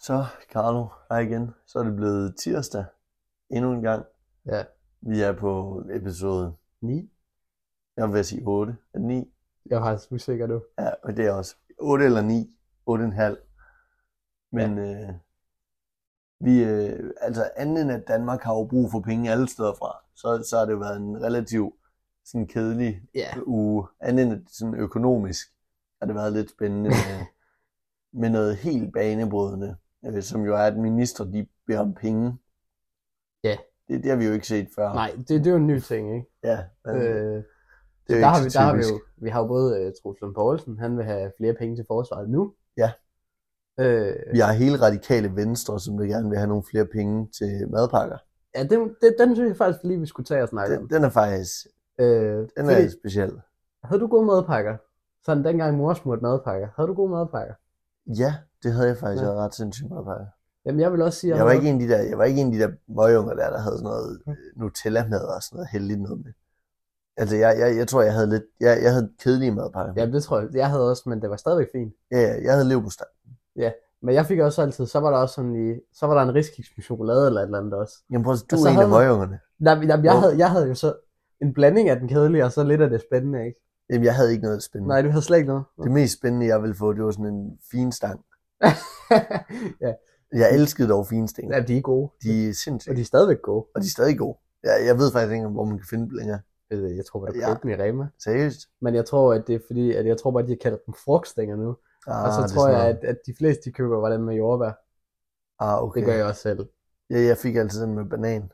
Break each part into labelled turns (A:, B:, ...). A: Så, Carlo, hej igen. Så er det blevet tirsdag endnu en gang.
B: Ja.
A: Vi er på episode,
B: 9?
A: jeg vil sige 8, 9.
B: Jeg er faktisk usikker nu.
A: Ja, og det er også 8 eller 9, 8,5. Men øh, vi, øh, altså anden end at Danmark har jo brug for penge alle steder fra, så, så har det jo været en relativ sådan kedelig
B: Ja.
A: uge, andet end at sådan økonomisk, har det været lidt spændende med, med noget helt banebrydende, øh, som jo er, at minister de beder om penge.
B: Ja.
A: Det, det har vi jo ikke set før.
B: Nej, det, det er jo en ny ting, ikke?
A: Ja, men, øh,
B: Øh,
A: det er jo ikke
B: der, har vi,
A: så
B: der har vi
A: typisk.
B: jo, vi har jo både uh, Troels Lund Poulsen, han vil have flere penge til forsvaret nu.
A: Ja.
B: Øh,
A: Vi har hele radikale venstre, som vil gerne vil have nogle flere penge til madpakker.
B: ja, den, den, den synes jeg faktisk lige, vi skulle tage og snakke om.
A: Den, den er faktisk
B: Øh,
A: den
B: fordi,
A: er speciel.
B: havde du gode madpakker? Sådan dengang mor smurte madpakker. Havde du gode madpakker?
A: Ja, det havde jeg faktisk.
B: Ja.
A: Jeg havde ret sindssygt madpakker.
B: Jamen, jeg vil også sige, at
A: Jeg var
B: havde-
A: ikke en af de der, jeg var ikke en af de der møgunger der, der havde sådan noget øh, Nutella-mad og sådan noget heldigt noget med. Altså, jeg, jeg, jeg tror, jeg havde lidt... Jeg, jeg havde kedelige madpakker.
B: Ja, det tror jeg. Jeg havde også, men det var stadigvæk fint.
A: Ja, ja, jeg havde leverpostej.
B: Men jeg fik også altid, så var der også sådan lige, så var der en riskiks med chokolade eller et eller andet også.
A: Jamen prøv at se, du
B: Og så
A: er en af
B: Altså, havde man-
A: møgungerne.
B: Nej, men jamen, jeg,
A: Hvor-
B: havde, jeg havde jo så en blanding af den kedelige, og så lidt af det spændende, ikke?
A: Jamen, jeg havde ikke noget spændende.
B: Nej, du havde slet ikke noget.
A: Øhm, Det mest spændende, jeg ville få, det var sådan en finstang.
B: ja,
A: Jeg elskede dog finsten.
B: ja, de er gode.
A: De er
B: Og
A: sindssygt,
B: de er stadigvæk gode.
A: og de er stadig gode. Jeg, jeg ved faktisk ikke, hvor man kan finde dem længere.
B: Øh, Jeg tror, at du
A: Ja.
B: købte dem i Rema.
A: Seriøst?
B: Men jeg tror, at det er fordi, at jeg tror bare, at de kalder dem frugtstænger nu.
A: Ah,
B: og så
A: det er
B: tror
A: sådan
B: jeg,
A: noget.
B: at, at de fleste, de køber, var dem med jordbær.
A: Ah, okay.
B: Det gør jeg også selv.
A: Ja, jeg fik altid den med banan.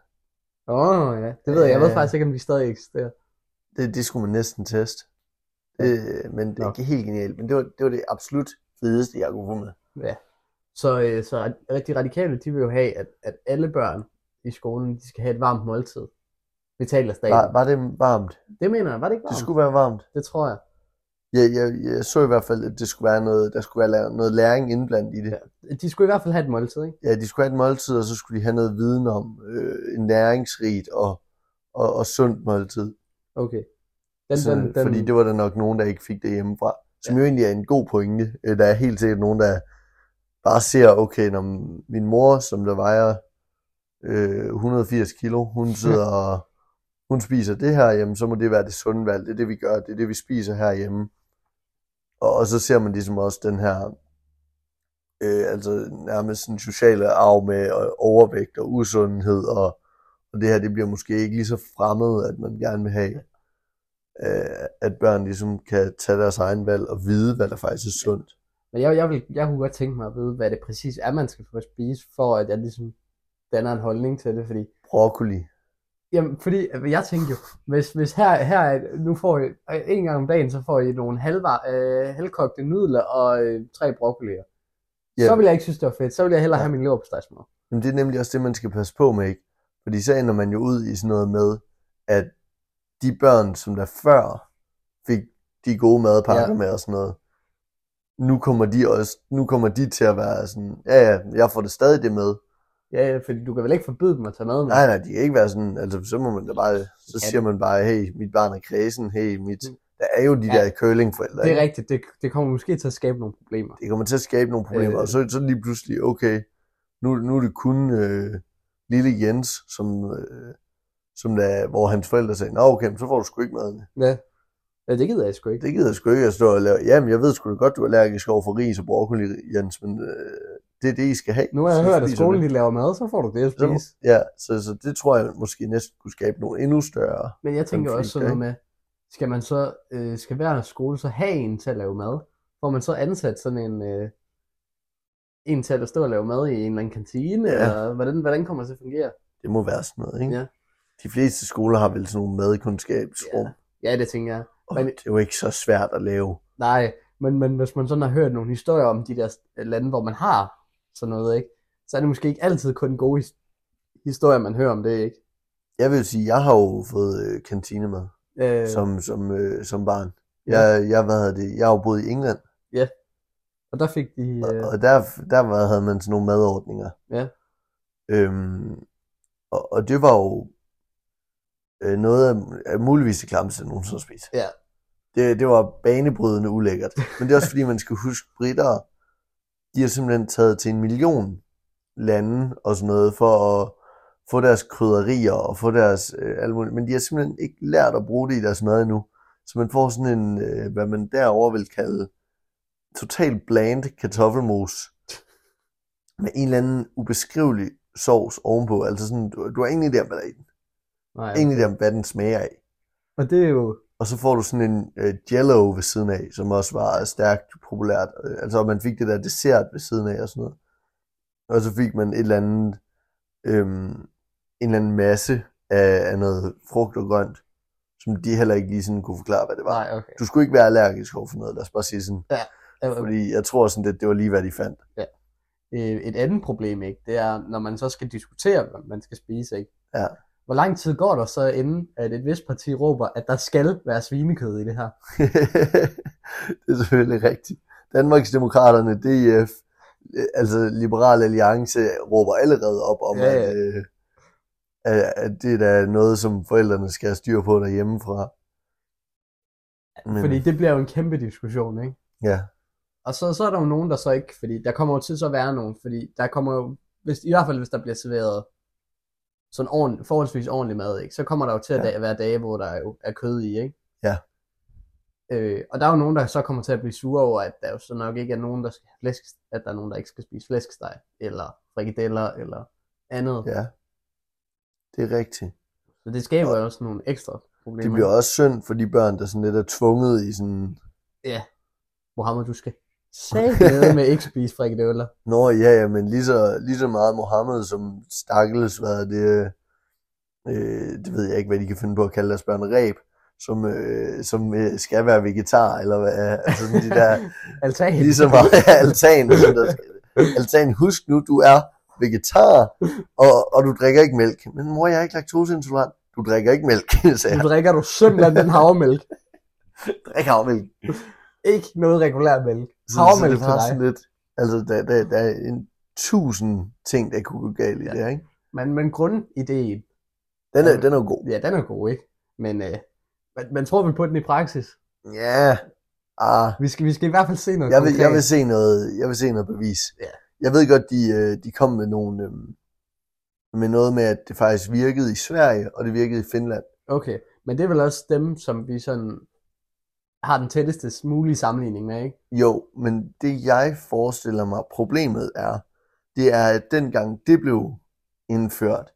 B: Åh, oh, ja. Det ved jeg. Jeg ved
A: Ja.
B: faktisk ikke, om de stadig eksisterer.
A: Det, det skulle man næsten teste. Øh, men det
B: Nå.
A: er helt genialt. Men det var, det var det absolut fedeste, jeg kunne få med.
B: Så, øh, så rigtig radikale, de vil jo have, at, at alle børn i skolen, de skal have et varmt måltid. Betalt af staten.
A: Var, var det varmt?
B: Det mener jeg. Var det ikke
A: Det
B: varmt? Det,
A: skulle være varmt.
B: det tror jeg.
A: Jeg, jeg, jeg så i hvert fald, at det skulle være noget, der skulle være la- noget læring indblandt i det.
B: De skulle i hvert fald have et måltid, ikke?
A: Ja, de skulle have et måltid, og så skulle de have noget viden om øh, en næringsrigt og, og, og sundt måltid.
B: Okay. Den,
A: så,
B: den, den,
A: Altså, Fordi det var der nok nogen, der ikke fik det hjemmefra. Som jo egentlig er en god pointe. Øh, Der er helt sikkert nogen, der bare ser, okay, når min mor, som der vejer øh, 180 kilo, hun sidder og hun spiser det her hjemme, så må det være det sunde valg. Det er det, vi gør. Det er det, vi spiser herhjemme. Og, og så ser man ligesom også den her øh, altså nærmest sådan sociale arv med øh, overvægt og usundhed, og, og det her, det bliver måske ikke lige så fremmed, at man gerne vil have, øh, at børn ligesom kan tage deres egen valg og vide, hvad der faktisk er sundt.
B: Men jeg, jeg, vil, jeg kunne godt tænke mig at vide, hvad det præcis er, man skal få at spise, for at jeg ligesom danner en holdning til det, fordi
A: Broccoli.
B: Jamen, fordi øh, jeg tænkte jo, hvis, hvis her, her er- nu får I, øh, en gang om dagen, så får I nogle halvar, øh, halvkogte nudler og øh, tre broccolier.
A: Ja.
B: Yeah. Så vil jeg ikke synes, det var fedt. Så vil jeg hellere
A: Ja.
B: yeah. have min leverpostejsmad.
A: Men det er nemlig også det, man skal passe på med, ikke? Fordi så ender man jo ud i sådan noget med, at de børn, som der før fik de gode madpakker ja.
B: Ja.
A: med og sådan noget, nu kommer de også, nu kommer de til at være sådan, ja, ja, jeg får det stadig det med.
B: Ja, ja, fordi du kan vel ikke forbyde dem at tage mad med?
A: Nej, nej, de kan ikke være sådan, altså så må man da bare, så
B: Ja,
A: siger man bare, hey, mit barn er kredsen, hey, mit,
B: Mm.
A: der er jo de
B: Ja.
A: der curlingforældre,
B: det
A: ikke?
B: er rigtigt. Det, det kommer måske til at skabe nogle problemer.
A: det kommer til at skabe nogle problemer,
B: Øh.
A: øh, og så, så lige pludselig, okay, nu, nu er det kun øh, lille Jens, som, øh, som der, hvor hans forældre sagde, nå okay, men så får du sgu ikke maden.
B: Ja, ja det gider jeg sgu ikke.
A: Det gider jeg sgu ikke at stå og lave. Jamen, jeg ved sgu da godt, du er allergisk over for ris og broccoli, Jens, men øh, det er det, I skal have.
B: Nu har jeg
A: Så
B: hørt, at
A: spiser
B: skolen
A: det.
B: de laver mad, så får du det at
A: Så,
B: spise.
A: ja, så, så det tror jeg måske næsten kunne skabe nogle endnu større.
B: Men jeg tænker
A: Den
B: også sådan
A: flinke,
B: noget med, skal man så, øh, skal hver skole så have en til at lave mad? Får man så ansat sådan en, øh, en til at stå og lave mad i en eller anden kantine?
A: Ja.
B: Ja. Eller hvordan, hvordan kommer det til at fungere?
A: Det må være sådan noget, ikke?
B: Ja.
A: De fleste skoler har vel sådan nogle madkundskabsrum, ja.
B: Ja, det tænker jeg.
A: og
B: Men-
A: det er jo ikke så svært at lave.
B: Nej, men, men hvis man sådan har hørt nogle historier om de der øh, lande, hvor man har sådan noget, ikke? så er det måske ikke altid kun gode his- historier, man hører om det, ikke?
A: Jeg vil sige, jeg har jo fået øh, kantinemad.
B: Øh,
A: som, som, øh, som barn.
B: Ja.
A: Jeg, jeg, hvad hedder det, jeg har jo boet i England,
B: og der fik de...
A: og,
B: Øh,
A: og der, der var, havde man sådan nogle madordninger.
B: Ja.
A: Øhm, og, og det var jo øh, noget af, af muligvis det klammeste, jeg nogensinde har spist.
B: Ja.
A: Det, det var banebrydende ulækkert. Men det er også fordi, man skal huske, britter de har simpelthen taget til en million lande og sådan noget for at få deres krydderier og få deres øh, alt muligt. Men de har simpelthen ikke lært at bruge det i deres mad endnu. Så man får sådan en, øh, hvad man derover vil kalde, total bland kartoffelmos med en eller anden ubeskrivelig sovs ovenpå. Altså sådan, du, du har ingen idé om, hvad der er i den.
B: Nej.
A: Ingen idé om, hvad den smager af.
B: Og det er jo...
A: Og så får du sådan en øh, jello ved siden af, som også var stærkt populært. Øh, Altså, og man fik det der dessert ved siden af og sådan noget. Og så fik man et eller andet, øhm, en eller anden masse af, af noget frugt og grønt, som de heller ikke lige sådan kunne forklare, hvad det var.
B: Nej, okay.
A: Du skulle ikke være allergisk over for noget, lad os bare sige sådan.
B: Øh,
A: Fordi jeg tror sådan, det, det var lige, hvad de fandt.
B: øh, et andet problem, ikke? Det er, når man så skal diskutere, hvad man skal spise, ikke?
A: Ja.
B: Hvor lang tid går der så inden, at et vist parti råber, at der skal være svinekød i det her?
A: det er selvfølgelig rigtigt. Danmarksdemokraterne, DF, øh, altså Liberal Alliance, råber allerede op om,
B: Ja, ja.
A: At, øh, at- at det er da noget, som forældrene skal have styr på derhjemmefra. Men,
B: Fordi det bliver jo en kæmpe diskussion, ikke?
A: Ja,
B: Og så, så er der jo nogen, der så ikke, fordi der kommer jo til så at være nogen, fordi der kommer jo, hvis, i hvert fald hvis der bliver serveret sådan ordent, forholdsvis ordentlig mad, ikke? så kommer der jo til at
A: Ja.
B: ja. være dage, hvor der jo er kød i, ikke?
A: Ja.
B: Øh, og der er jo nogen, der så kommer til at blive sure over, at der jo så nok ikke er nogen, der skal have flæsk, at der er nogen, der ikke skal spise flæskesteg, eller frikadeller, eller andet. Ja.
A: ja. Det er rigtigt.
B: Så det skaber jo også nogle ekstra problemer.
A: Det bliver også synd for de børn, der sådan lidt er tvunget i sådan...
B: Mohammed, du skal sagde med ikke spise frikadeller.
A: Nå ja, ja, men lige så, lige så meget Mohammed som stakkels, hvad er det, øh, det ved jeg ikke, hvad de kan finde på at kalde deres børn, ræb, som, øh, som øh, skal være vegetar, eller hvad, altså sådan de der,
B: Altan.
A: lige så meget altan, som der skal, altan, husk nu, du er vegetar, og, og du drikker ikke mælk, men mor, jeg er ikke laktoseintolerant, du drikker ikke mælk, sagde jeg,
B: Nu drikker du simpelthen den havremælk.
A: drik havmælk,
B: Ikke noget regulær mælk.
A: Så- så
B: Havremælk
A: det
B: til
A: var
B: dig.
A: sådan lidt, altså der, der, der er en tusind ting, der kunne gå galt i
B: Ja.
A: det her, ikke?
B: Men, men grundideen,
A: Den er,
B: Ja.
A: den er jo god.
B: ja, den er god, ikke? Men øh, man, man tror vi på den i praksis.
A: Ja. Ah,
B: Vi skal, vi skal i hvert fald se noget
A: jeg vil, jeg
B: konkret.
A: vil se noget, jeg vil se noget bevis.
B: Ja.
A: Jeg ved godt, de, øh, de kom med nogle, øh, med noget med, at det faktisk virkede i Sverige, og det virkede i Finland.
B: Okay, men det er vel også dem, som vi sådan har den tætteste mulige sammenligning med, ikke?
A: Jo, men det jeg forestiller mig, problemet er, det er, at dengang det blev indført,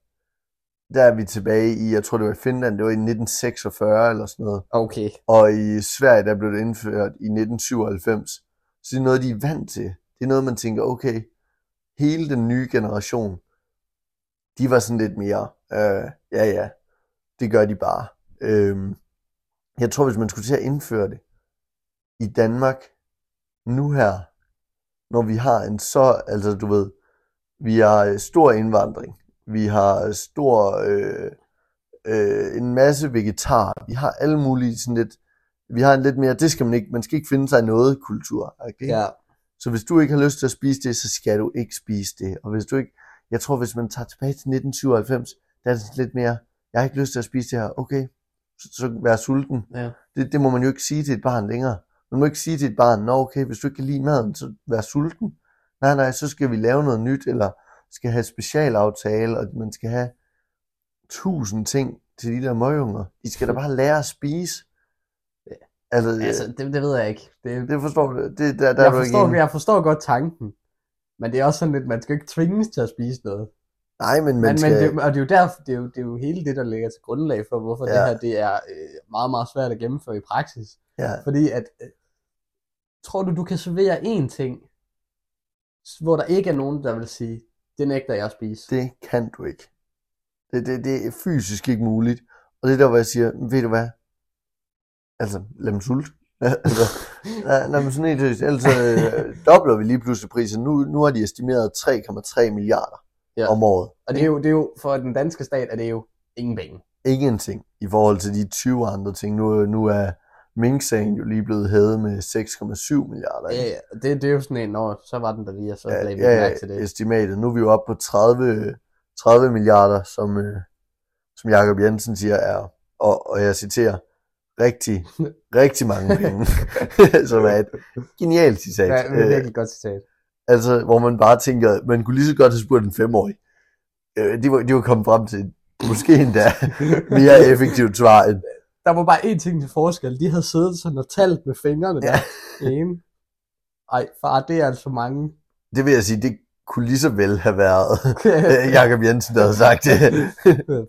A: der er vi tilbage i, jeg tror det var i Finland, det var i 1946 eller sådan noget,
B: Okay.
A: og i Sverige, der blev det indført i 1997. Så det er noget, de er vant til. Det er noget, man tænker, okay, hele den nye generation, de var sådan lidt mere, øh, ja ja, det gør de bare. Øhm, jeg tror, hvis man skulle til at indføre det i Danmark nu her, når vi har en så, altså du ved, vi har øh, stor indvandring, vi har stor, øh, øh, en masse vegetarer, vi har alle mulige sådan lidt, vi har en lidt mere, det skal man ikke, man skal ikke finde sig i noget kultur. Okay?
B: Ja.
A: Så hvis du ikke har lyst til at spise det, så skal du ikke spise det. Og hvis du ikke, jeg tror, hvis man tager tilbage til 1997, der er det sådan lidt mere, jeg har ikke lyst til at spise det her, okay, så, så vær sulten.
B: Ja.
A: Det, det må man jo ikke sige til et barn længere. Man må ikke sige til et barn, nå okay, hvis du ikke kan lide maden, så vær sulten. Nej, nej, så skal vi lave noget nyt, eller skal have specialaftale, og man skal have tusind ting til de der møgunger. De skal da bare lære at spise.
B: Ja.
A: Altså,
B: Altså, det, det ved jeg ikke. Det,
A: det forstår du. Det, der, der er
B: jeg,
A: du ikke
B: forstår,
A: enig.
B: jeg forstår godt tanken. Men det er også sådan lidt, man skal ikke tvinges til at spise noget.
A: Nej, men
B: Men,
A: man skal...
B: men det, og det er jo derfor, det er jo, det er jo hele det, der ligger til grundlag for, hvorfor ja.
A: Ja.
B: det her det er øh, meget, meget svært at gennemføre i praksis.
A: ja.
B: Fordi at, øh, tror du, du kan servere én ting, s- hvor der ikke er nogen, der vil sige, det nægter jeg at spise?
A: det kan du ikke. Det, det, det er fysisk ikke muligt. Og det er der, hvor jeg siger, ved du hvad? Altså, lad dem sulte. altså, lad, lad dem sådan helt seriøst. Ellers øh, dobler vi lige pludselig prisen. Nu, nu har de estimeret 3,3 milliarder ja.
B: Ja.
A: om året.
B: Og det er, jo, det er jo, for den danske stat, er det jo ingen penge.
A: Ingenting i forhold til de 20 andre ting. Nu, nu er Mink-sagen jo lige blevet hævet med 6,7 milliarder. ikke?
B: Ja, ja, og Øh, det, det er jo sådan en, når så var den der lige, og så lagde vi
A: ja,
B: ja,
A: ja,
B: mærke til det.
A: estimatet. Nu er vi jo oppe på 30, 30 milliarder, som, øh, som Jakob Jensen siger er, og, og jeg citerer, rigtig, rigtig mange penge, som er et genialt citat.
B: Ja, det er et
A: Øh,
B: virkelig godt citat.
A: Altså, hvor man bare tænker, man kunne lige så godt have spurgt en femårig. Øh, de, var, de var kommet frem til et- måske endda mere effektivt svar end,
B: Der var bare én ting til forskel. De havde siddet sådan og talt med fingrene
A: Ja.
B: der. Ene. Ej, far, det er altså mange.
A: det vil jeg sige, det kunne lige så vel have været øh, Jakob Jensen, der havde sagt det.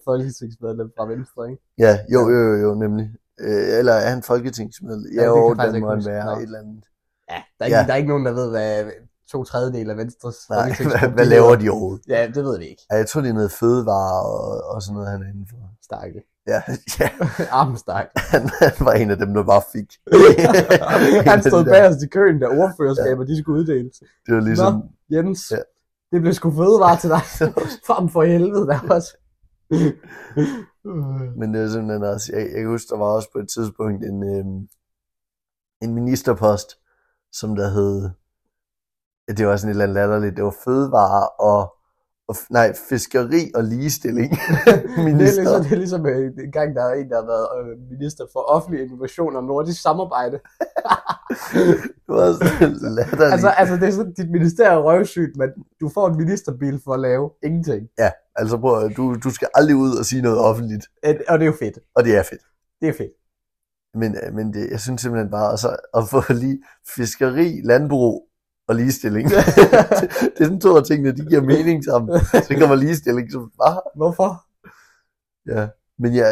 B: Folketingsmedlem fra Venstre, ikke?
A: Ja, jo, jo, jo, jo nemlig. Øh, eller er han folketingsmedlem? Ja,
B: det kan
A: jo,
B: jeg faktisk
A: den
B: ikke
A: må han
B: huske.
A: være
B: Nå.
A: et eller andet.
B: Ja, der er, ikke,
A: Ja.
B: der er ikke nogen, der ved, hvad to tredjedel af Venstres
A: Nej, hvad,
B: folketingsgruppe
A: hvad
B: hedder.
A: laver de overhovedet?
B: Ja, det ved vi ikke.
A: Ja, jeg tror, det er noget fødevare og, og sådan noget, han er indenfor.
B: Stakke.
A: Ja, ja
B: Armstak.
A: han, han var en af dem, der bare fik.
B: Han stod
A: En af de der.
B: bag os i køen, da ordførerskaber, de skulle uddeles.
A: Det var ligesom,
B: Nå. Jens,
A: Ja.
B: ja. det blev sgu fødevare til dig. Frem for helvede, der også.
A: men det var simpelthen også, jeg, jeg kan huske, der var også på et tidspunkt en, øhm, en ministerpost, som der hed, ja, det var sådan et eller andet latterligt, det var fødevare og, og f- nej, fiskeri og ligestilling.
B: det, er
A: Minister.
B: ligesom, det er ligesom øh, en gang, der er en, der har været øh, minister for offentlig innovation og nordisk samarbejde.
A: det var sådan latterligt.
B: Altså, altså det er sådan, dit ministerie er røvsygt, men du får en ministerbil for at lave ingenting.
A: altså prøv, at- du, du skal aldrig ud og sige noget offentligt,
B: Et- Øh, Og det er jo fedt.
A: og det er fedt.
B: Det er fedt.
A: Men, øh, men det, jeg synes simpelthen bare, altså, at få lige fiskeri, landbrug og ligestilling. det er sådan to af tingene, de giver mening sammen. Så kommer ligestilling som bare,
B: Hvorfor?
A: ja. Men ja,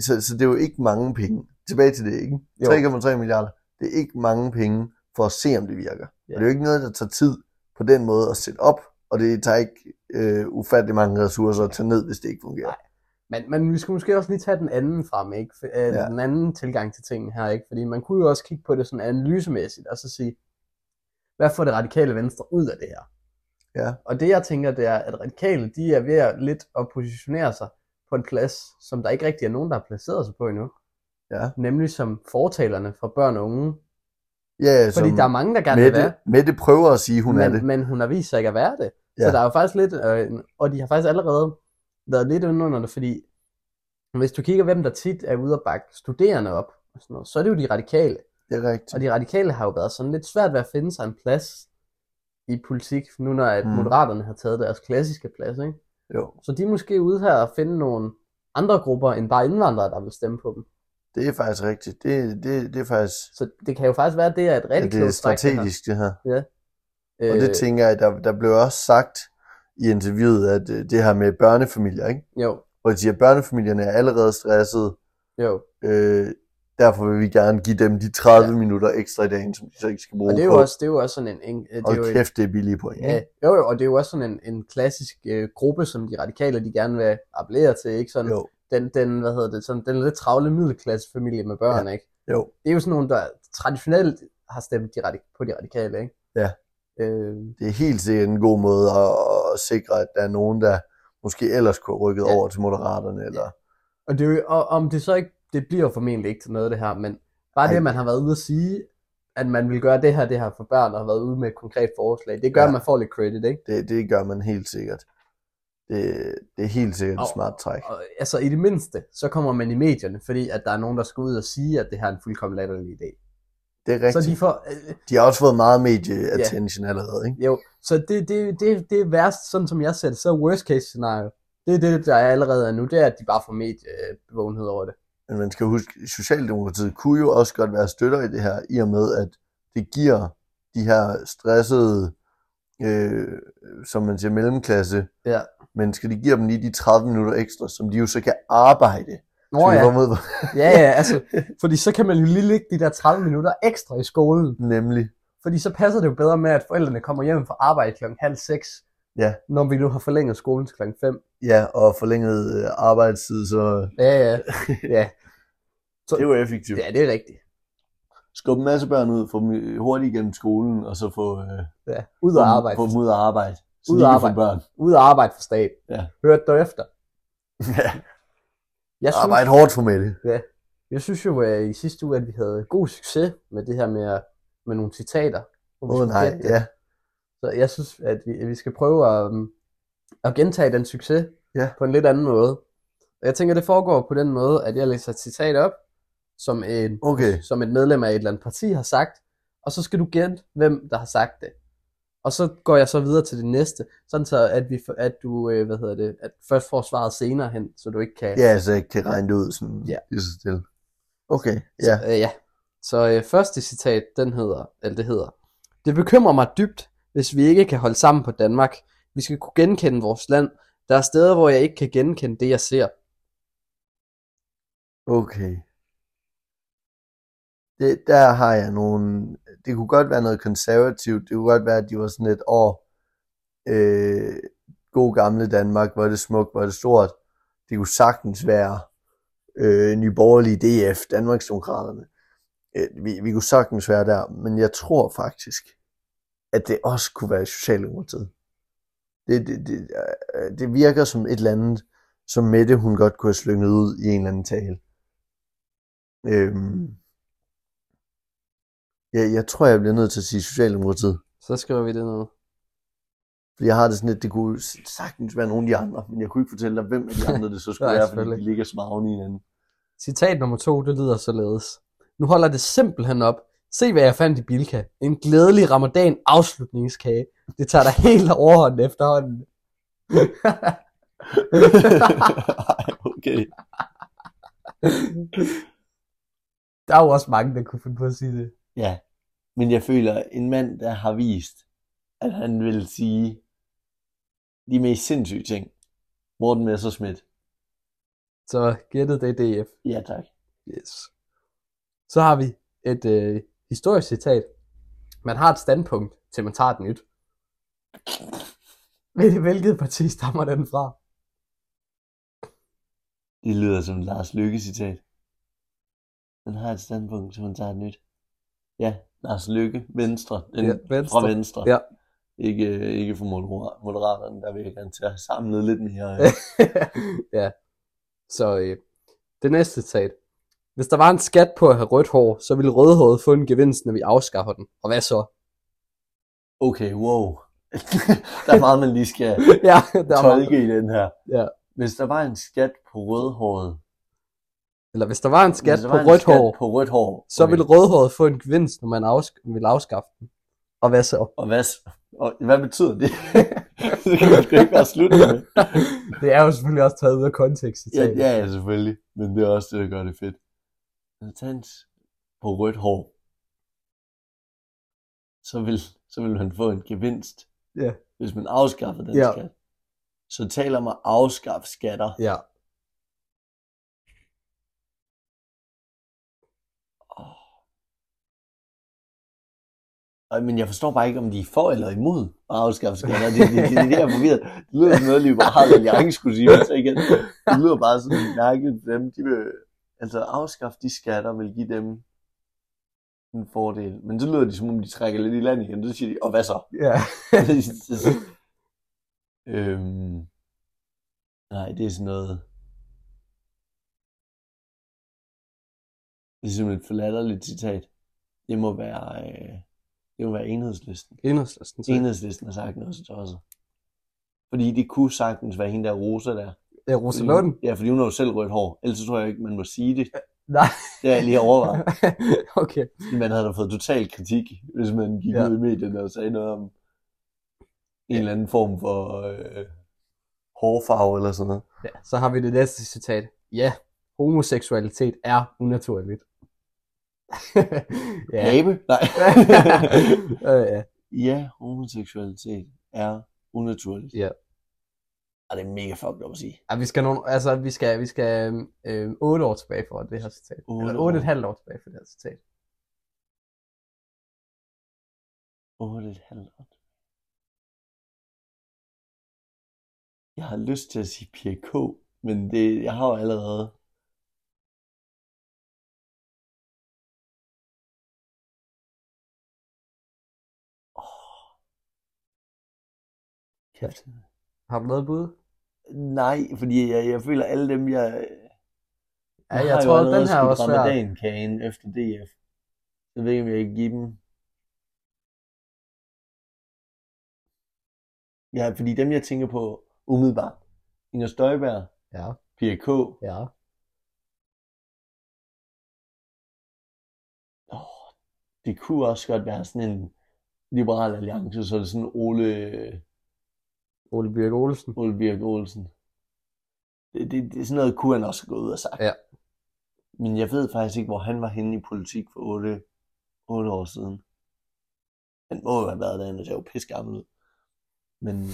A: så, så det er jo ikke mange penge. Tilbage til det, ikke?
B: Jo.
A: 3,3 milliarder. Det er ikke mange penge for at se, om det virker. Og
B: Ja.
A: det er jo ikke noget, der tager tid på den måde at sætte op, og det tager ikke øh, ufattelig mange ressourcer at tage ned, hvis det ikke fungerer.
B: Men, men vi skal måske også lige tage den anden frem, ikke? For, øh,
A: Ja.
B: ja. Den anden tilgang til tingene her, ikke? Fordi man kunne jo også kigge på det sådan analysemæssigt, og så sige, hvad får det radikale venstre ud af det her?
A: Ja.
B: Og det jeg tænker, det er, at radikale, de er ved at lidt at positionere sig på en plads, som der ikke rigtig er nogen, der har placeret sig på endnu.
A: Ja.
B: Nemlig som fortalerne for børn og unge.
A: Ja,
B: Fordi der er mange, der gerne vil være,
A: Mette, Mette prøver at sige, hun er det.
B: men, men hun har vist sig ikke at være det. Ja.
A: Ja.
B: Så der er jo faktisk lidt, øh, en- og de har faktisk allerede været lidt inde under det, fordi hvis du kigger, hvem der tit er ude at bakke studerende op, og sådan noget, så er det jo de radikale.
A: Det er rigtigt.
B: Og de radikale har jo været sådan lidt svært ved at finde sig en plads i politik, nu når at
A: Mm.
B: mm. moderaterne har taget deres klassiske plads. Ikke?
A: Jo.
B: Så de er måske ude her og finde nogle andre grupper end bare indvandrere, der vil stemme på dem.
A: Det er faktisk rigtigt. Det, det, det er faktisk
B: Så det kan jo faktisk være, at det er et rigtig
A: at det er
B: klogt træk, her.
A: strategisk, det her. Og
B: altså. Øh,
A: det tænker jeg, der, der blev også sagt i interviewet, at øh, det her med børnefamilier, ikke?
B: Jo,
A: hvor de siger, at børnefamilierne er allerede stressede,
B: jo.
A: øh, derfor vil vi gerne give dem de 30 ja. minutter ekstra i dagen, som de så ikke skal bruge
B: Og det er
A: på.
B: jo også, det er jo også sådan en... en det er jo
A: Hold
B: et-
A: kæft, det er billige point.
B: Ja,
A: ikke?
B: jo, jo, og det er jo også sådan en, en klassisk øh, gruppe, som de radikale de gerne vil appellere til, ikke? Sådan,
A: Jo,
B: den, den, hvad hedder det, sådan, den lidt travle middelklassefamilie med børn, ja. ikke?
A: jo.
B: Det er jo sådan nogen, der traditionelt har stemt de radik- på de radikale, ikke?
A: Ja.
B: Øh,
A: Det er helt sikkert en god måde at, at sikre, at der er nogen, der måske ellers kunne have rykket
B: Ja.
A: ja. over til Moderaterne. Eller...
B: og, det er jo, og om det så ikke, det bliver jo formentlig ikke til noget af det her, men bare
A: Ej.
B: det, at man har været ude at sige, at man vil gøre det her, det her for børn, og har været ude med et konkret forslag, det gør,
A: Ja.
B: ja. at man får lidt credit, ikke?
A: Det, det gør man helt sikkert. Det, det er helt sikkert et
B: Og-
A: smart træk.
B: Og, altså i det mindste, så kommer man i medierne, fordi at der er nogen, der skal ud og sige, at det her er en fuldkommen latterlig idé.
A: Det er
B: Så
A: rigtigt.
B: de får, øh,
A: De har også fået meget medieattention allerede, ikke?
B: Jo, så det, det, det, det er værst, sådan som jeg ser det, så er worst case scenario. Det er det, der er allerede er nu, det er, at de bare får mediebevågenhed over det.
A: Men man skal huske, Socialdemokratiet kunne jo også godt være støtter i det her, i og med, at det giver de her stressede, øh, som man siger, mellemklasse
B: Ja.
A: mennesker, de giver dem lige de 30 minutter ekstra, som de jo så kan arbejde.
B: Nå
A: Så vi
B: ja,
A: kommer ud på,
B: ja, ja, altså, fordi så kan man jo lige lægge de der 30 minutter ekstra i skolen,
A: nemlig.
B: fordi så passer det jo bedre med, at forældrene kommer hjem fra arbejde klokken halv seks,
A: Ja.
B: når vi nu har forlænget skolen til klokken fem.
A: Ja, og forlænget øh, arbejdstid, så
B: Ja, ja, ja,
A: det er jo effektivt.
B: ja, det er rigtigt.
A: Skub en masse børn ud, få dem øh, hurtigt igennem skolen, og så få, øh,
B: Ja. Ud
A: få,
B: og
A: dem-
B: arbejde,
A: få dem ud at arbejde. Så
B: Ud
A: de
B: at
A: kan få
B: arbejde.
A: børn.
B: ud og arbejde for staten.
A: Ja.
B: Hørte du efter?
A: Ja,
B: Jeg synes,
A: arbejde hårdt for Mette.
B: Jeg synes jo øh, i sidste uge, at vi havde god succes med det her med, at- med nogle citater. hvor vi
A: Åh oh,
B: skulle
A: nej,
B: gætte det.
A: ja.
B: Så jeg synes, at vi, at vi skal prøve at, øhm, at gentage den succes
A: Ja.
B: på en lidt anden måde. Og jeg tænker, det foregår på den måde, at jeg læser et citat op, som, en,
A: Okay.
B: som et medlem af et eller andet parti har sagt, og så skal du gætte, hvem der har sagt det. Og så går jeg så videre til det næste, sådan så at, vi, f- at du, øh, hvad hedder det, at først får svaret senere hen, så du ikke kan...
A: Ja, altså jeg kan regne det ud sådan
B: Ja.
A: lige så stille. Okay, ja.
B: Så, øh, ja. så øh, første citat, den hedder, eller det hedder, det bekymrer mig dybt, hvis vi ikke kan holde sammen på Danmark. Vi skal kunne genkende vores land. Der er steder, hvor jeg ikke kan genkende det, jeg ser.
A: Okay. Det, der har jeg nogle... Det kunne godt være noget konservativt. Det kunne godt være, at de var sådan lidt, åh, øh, god gamle Danmark, hvor er det smukt, hvor er det stort. Det kunne sagtens være øh, nyborgerlige DF, Danmarksdemokraterne. Øh, vi, vi kunne sagtens være der, men jeg tror faktisk, at det også kunne være Socialdemokratiet. Det, det, det, øh, det virker som et eller andet, som Mette, hun godt kunne have slynget ud i en eller anden tale. Øhm, ja, jeg tror, jeg bliver nødt til at sige Socialdemokratiet.
B: Så skriver vi det ned.
A: Fordi jeg har det sådan lidt, det kunne sagtens være nogen af de andre, men jeg kunne ikke fortælle dig, hvem af de andre det så skulle
B: Nej,
A: være, fordi
B: selvfølgelig.
A: de ligger så meget oven i hinanden.
B: Citat nummer to, det lyder således. Nu holder det simpelthen op. Se, hvad jeg fandt i Bilka. En glædelig ramadan afslutningskage. Det tager dig helt overhånden efterhånden.
A: Ej, okay.
B: Der er jo også mange, der kunne finde på at sige det.
A: Ja, men jeg føler, en mand, der har vist, at han vil sige de mest sindssyge ting. Morten Messerschmidt.
B: Så gættet det er DF.
A: Ja, tak.
B: Yes. Så har vi et øh, historisk citat. Man har et standpunkt, til man tager et nyt. Ved I, hvilket parti stammer den fra?
A: Det lyder som et Lars Lykke citat. Man har et standpunkt, så man tager et nyt. Ja, Lars Lykke, Venstre, den,
B: Ja, Venstre.
A: venstre. fra Venstre.
B: Ja.
A: Ikke, ikke for Moder- Moderaterne, der vil jeg gerne til at have samlet lidt mere.
B: Ja. ja. Så øh, det næste citat. Hvis der var en skat på at have rødt hår, så ville rødhåret få en gevinst, når vi afskaffer den. Og hvad så?
A: Okay, wow. der er meget, man lige skal
B: ja, der er mange-
A: tolke i den her.
B: Ja.
A: Hvis der var en skat på rødhåret,
B: Eller hvis der var en skat
A: hvis der
B: på
A: var en
B: rødt
A: skat
B: hår,
A: på rødt hår,
B: så
A: okay.
B: ville rødhåret få en gevinst, når man afsk- ville afskaffe den. Og hvad så?
A: Og hvad, s- og hvad betyder det? det kan man sgu ikke bare slutte med.
B: det er jo selvfølgelig også taget ud af kontekst.
A: Ja, ja, ja, selvfølgelig. Men det er også det, der gør det fedt. Natans på rødt hår. Så vil, så vil man få en gevinst,
B: Ja.
A: hvis man afskaffer den
B: Ja.
A: ja. skat. Så taler man afskaffe skatter.
B: ja.
A: Ej, men jeg forstår bare ikke, om de er for eller imod at afskaffe skatter. Det, det, det, det, er det jeg er forvirret. Det lyder som noget, Liberal Alliance skulle sige. men så igen, Det lyder bare sådan mærkeligt. for Dem, de vil, altså afskaffe de skatter vil give dem en fordel. Men så lyder de, som om de trækker lidt i land igen. Så siger de, og hvad så?
B: ja.
A: øhm, nej, det er sådan noget... Det er simpelthen et forlatterligt citat. Det må være, øh, det må være enhedslisten.
B: Enhedslisten. En...
A: Enhedslisten har sagt noget til tosset. Fordi det kunne sagtens være hende der Rosa der.
B: Ja, Rosa Lund.
A: Ja, fordi hun har jo selv rødt hår. Ellers så tror jeg ikke, man må sige det.
B: Øh, Nej.
A: Det har jeg lige overvejet.
B: okay.
A: Fordi man havde da fået total kritik, hvis man gik
B: Ja.
A: ja. ud i medierne og sagde noget om en eller anden form for øh, hårfarve eller sådan noget.
B: Ja, så har vi det næste citat. Ja, homoseksualitet er unaturligt.
A: Ja. Abe? Nej.
B: øh, ja.
A: ja, homoseksualitet er unaturligt.
B: Ja.
A: Og det er mega fucked op at sige.
B: Ej, vi skal, nogle, altså, vi skal, vi skal øh, 8 år tilbage for det her citat.
A: Otte
B: Eller
A: år.
B: 8 et halvt år tilbage for det her citat.
A: Åh, det er et halvt år. Jeg har lyst til at sige Pia K, men det, jeg har jo allerede... Åh. Kæft.
B: Har du noget bud?
A: Nej, fordi jeg, jeg føler alle dem, jeg...
B: Ja, jeg, tror, at den her er også svær.
A: Ramadan-kagen efter DF. Så ved jeg, ikke, om jeg kan give dem. Ja, fordi dem, jeg tænker på umiddelbart. Inger Støjberg,
B: Ja,
A: Pia K.
B: ja.
A: Oh, det kunne også godt være sådan en Liberal Alliance, så er det sådan Ole,
B: Ole Birk Olsen.
A: Ole Birk Olsen. Det, det, det, sådan noget kunne han også gå ud og sagt.
B: Ja.
A: Men jeg ved faktisk ikke, hvor han var henne i politik for 8, 8 år siden. Han må jo have været der, ellers er jeg jo pisse gammel ud. Men øh,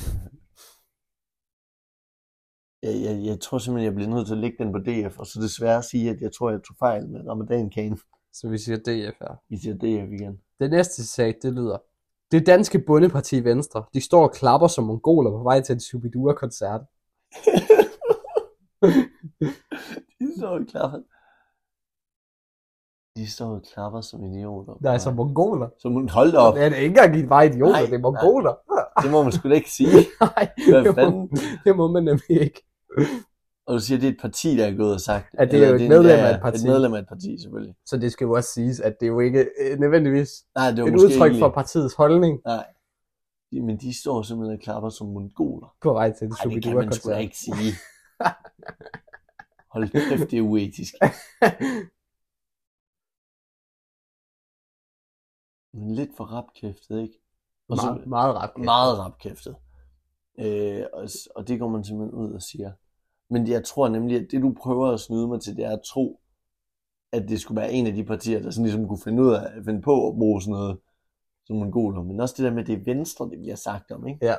A: jeg, jeg, jeg, tror simpelthen, jeg bliver nødt til at lægge den på DF, og så desværre sige, at jeg tror, jeg tog fejl med Ramadan-kagen.
B: Så vi siger DF her.
A: Vi siger DF igen.
B: Det næste citat, det lyder. Det danske bundeparti Venstre, de står og klapper som mongoler på vej til en Subidua-koncert.
A: De står og klapper. De står og klapper som idioter.
B: Nej, som altså mongoler.
A: Som hun holdt op.
B: Det er da ikke engang en vej idioter,
A: Nej,
B: det er mongoler.
A: Det må man sgu da ikke sige.
B: Nej,
A: Hvad
B: det, må,
A: fanden?
B: det må man nemlig ikke.
A: Og du siger, at det er et parti, der er gået og sagt.
B: Ja, det er
A: Eller
B: jo et
A: en-
B: medlem
A: ja,
B: af et parti.
A: Et medlem af et parti, selvfølgelig.
B: Så det skal jo også siges, at det er jo ikke øh, nødvendigvis
A: Nej, det var
B: et
A: måske
B: udtryk
A: ikke
B: for partiets holdning
A: lige- Men de står simpelthen og klapper som mongoler.
B: på vej til en
A: Nej, det kan man sgu da
B: Subidua-koncert.
A: ikke sige. Hold kæft, det er uetisk. Men lidt for rapkæftet, ikke? Og så,
B: Me- meget ret.
A: meget rapkæftet. Øh, og, s- og det går man simpelthen ud og siger. Men jeg tror nemlig, at det du prøver at snyde mig til, det er at tro, at det skulle være en af de partier, der sådan ligesom kunne finde ud af, finde på at bruge sådan noget som mongoler. Men også det der med, at det er venstre, det vi har sagt om, ikke?
B: Ja,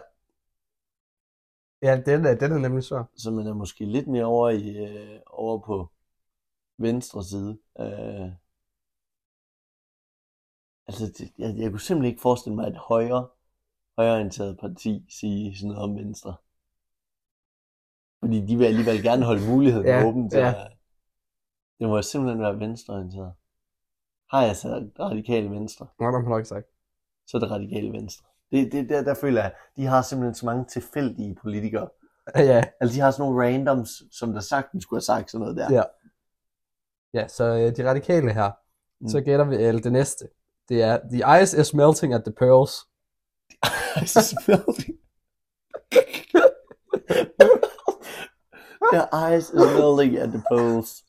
B: den er, den er nemlig svær.
A: Så man er måske lidt mere over, i, øh, over på venstre side. Øh, altså, det, jeg, jeg kunne simpelthen ikke forestille mig, at et højre, højreorienteret parti sige sådan noget om venstre. Fordi de vil alligevel gerne holde muligheden
B: Ja,
A: ja, åben til
B: ja.
A: ja. at, Det må simpelthen være venstreorienteret. Har jeg sagt radikale venstre,
B: Nå, det har man nok sagt.
A: så er det radikale venstre. Det, det, der, der føler jeg, de har simpelthen så mange tilfældige politikere,
B: Ja,
A: Altså, de har sådan nogle randoms, som der sagtens skulle have sagt sådan noget der.
B: Ja. ja så øh, de radikale her.
A: Mm.
B: Så gætter vi, eller det næste. Det er, the ice is melting at the pearls.
A: Smelting. Their eyes is melting at the poles.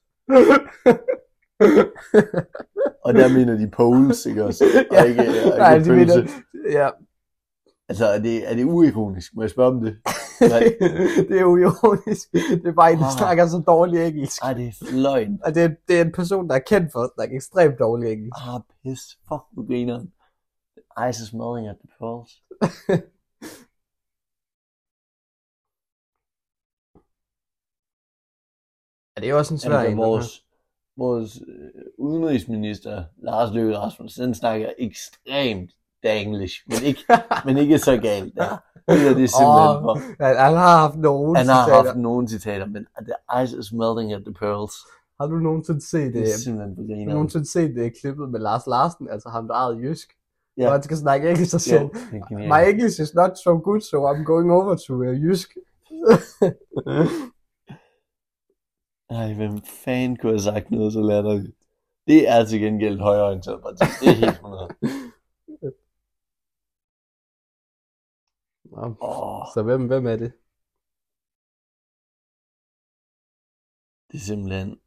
A: Og der mener de poles, ikke også? Og ikke, og
B: Nej,
A: ikke
B: de mener,
A: pølse.
B: ja,
A: Altså, er det, er det uironisk? Må jeg spørge om det? Nej.
B: det er jo ironisk. Det er bare en, der
A: Ah.
B: snakker så dårlig engelsk.
A: Ej, det er løgn.
B: Og det er, det er en person, der er kendt for at snakke ekstremt dårlig engelsk.
A: Ah, pis. Fuck, du griner. The eyes is melting at the poles.
B: Ja, det er jo også en svær
A: Altså,
B: en.
A: vores, vores øh, udenrigsminister, Lars Løkke Rasmussen, den snakker ekstremt da engelsk, men ikke, men ikke så galt. Ja. Det er det simpelthen
B: Åh,
A: for.
B: Han, han har haft nogle
A: Han har
B: citater.
A: haft nogle citater, men the ice is melting at the pearls.
B: Har du nogensinde set,
A: Det
B: det
A: er simpelthen på
B: har du
A: grineren.
B: nogensinde set det klippet med Lars Larsen, altså ham, der ejede Jysk?
A: Ja.
B: Ja. Hvor han skal snakke engelsk og
A: Jo,
B: siger,
A: det er
B: My
A: genialt.
B: English is not so good, so I'm going over to uh, Jysk.
A: Ej, hvem fanden kunne have sagt noget så latterligt? Det er til gengæld et højreorienteret parti. Det er helt 100.
B: Nå,
A: Åh,
B: Så hvem, hvem er det?
A: det er simpelthen...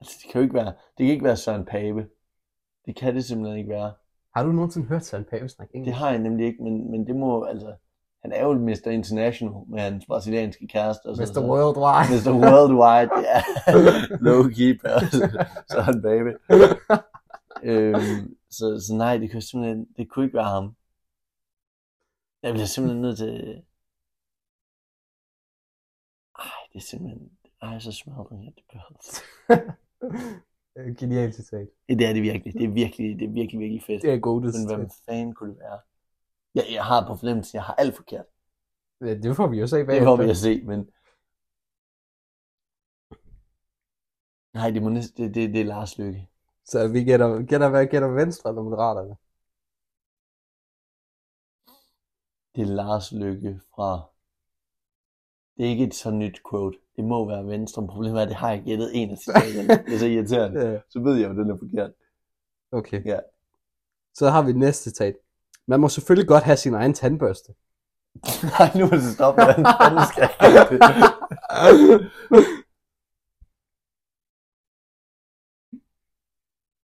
A: Altså, det kan jo ikke være... Det kan ikke være Søren Pape. Det kan det simpelthen ikke være.
B: Har du nogensinde hørt Søren Pape snakke
A: Det
B: engelsk?
A: har jeg nemlig ikke, men, men det må altså... Han er jo et Mr. International med hans brasilianske kæreste. Og sådan
B: Mr.
A: noget.
B: Worldwide.
A: Mr. Worldwide, ja. Low-key, sådan baby. øhm, så, så nej, det kunne simpelthen det kunne ikke være ham. Jeg bliver simpelthen nødt til... Ej, det er simpelthen... Ej, så smelting at the pearls.
B: Genialt citat.
A: Det er det virkelig. Det er virkelig, det er virkelig, virkelig fedt.
B: Det er godt
A: Men
B: citat.
A: hvem fanden kunne det være? Jeg, jeg har på fornemmelsen, jeg har alt forkert.
B: Ja, Det får vi jo se
A: Det
B: bagefter.
A: får vi at se, men... Nej, det, må næsten, det, det, det er Lars Lykke.
B: Så vi gætter, gætter, hvad gætter Venstre eller Moderaterne?
A: Det er Lars Lykke fra... Det er ikke et så nyt quote. Det må være venstre. Problemet er, at det har jeg gættet en af citaterne. Det er så irriterende.
B: Øh,
A: Så ved jeg jo, den er forkert.
B: Okay.
A: Ja.
B: Så har vi næste citat. Man må selvfølgelig godt have sin egen tandbørste.
A: Nej, nu er det stop. Hvordan fanden skal jeg gøre det?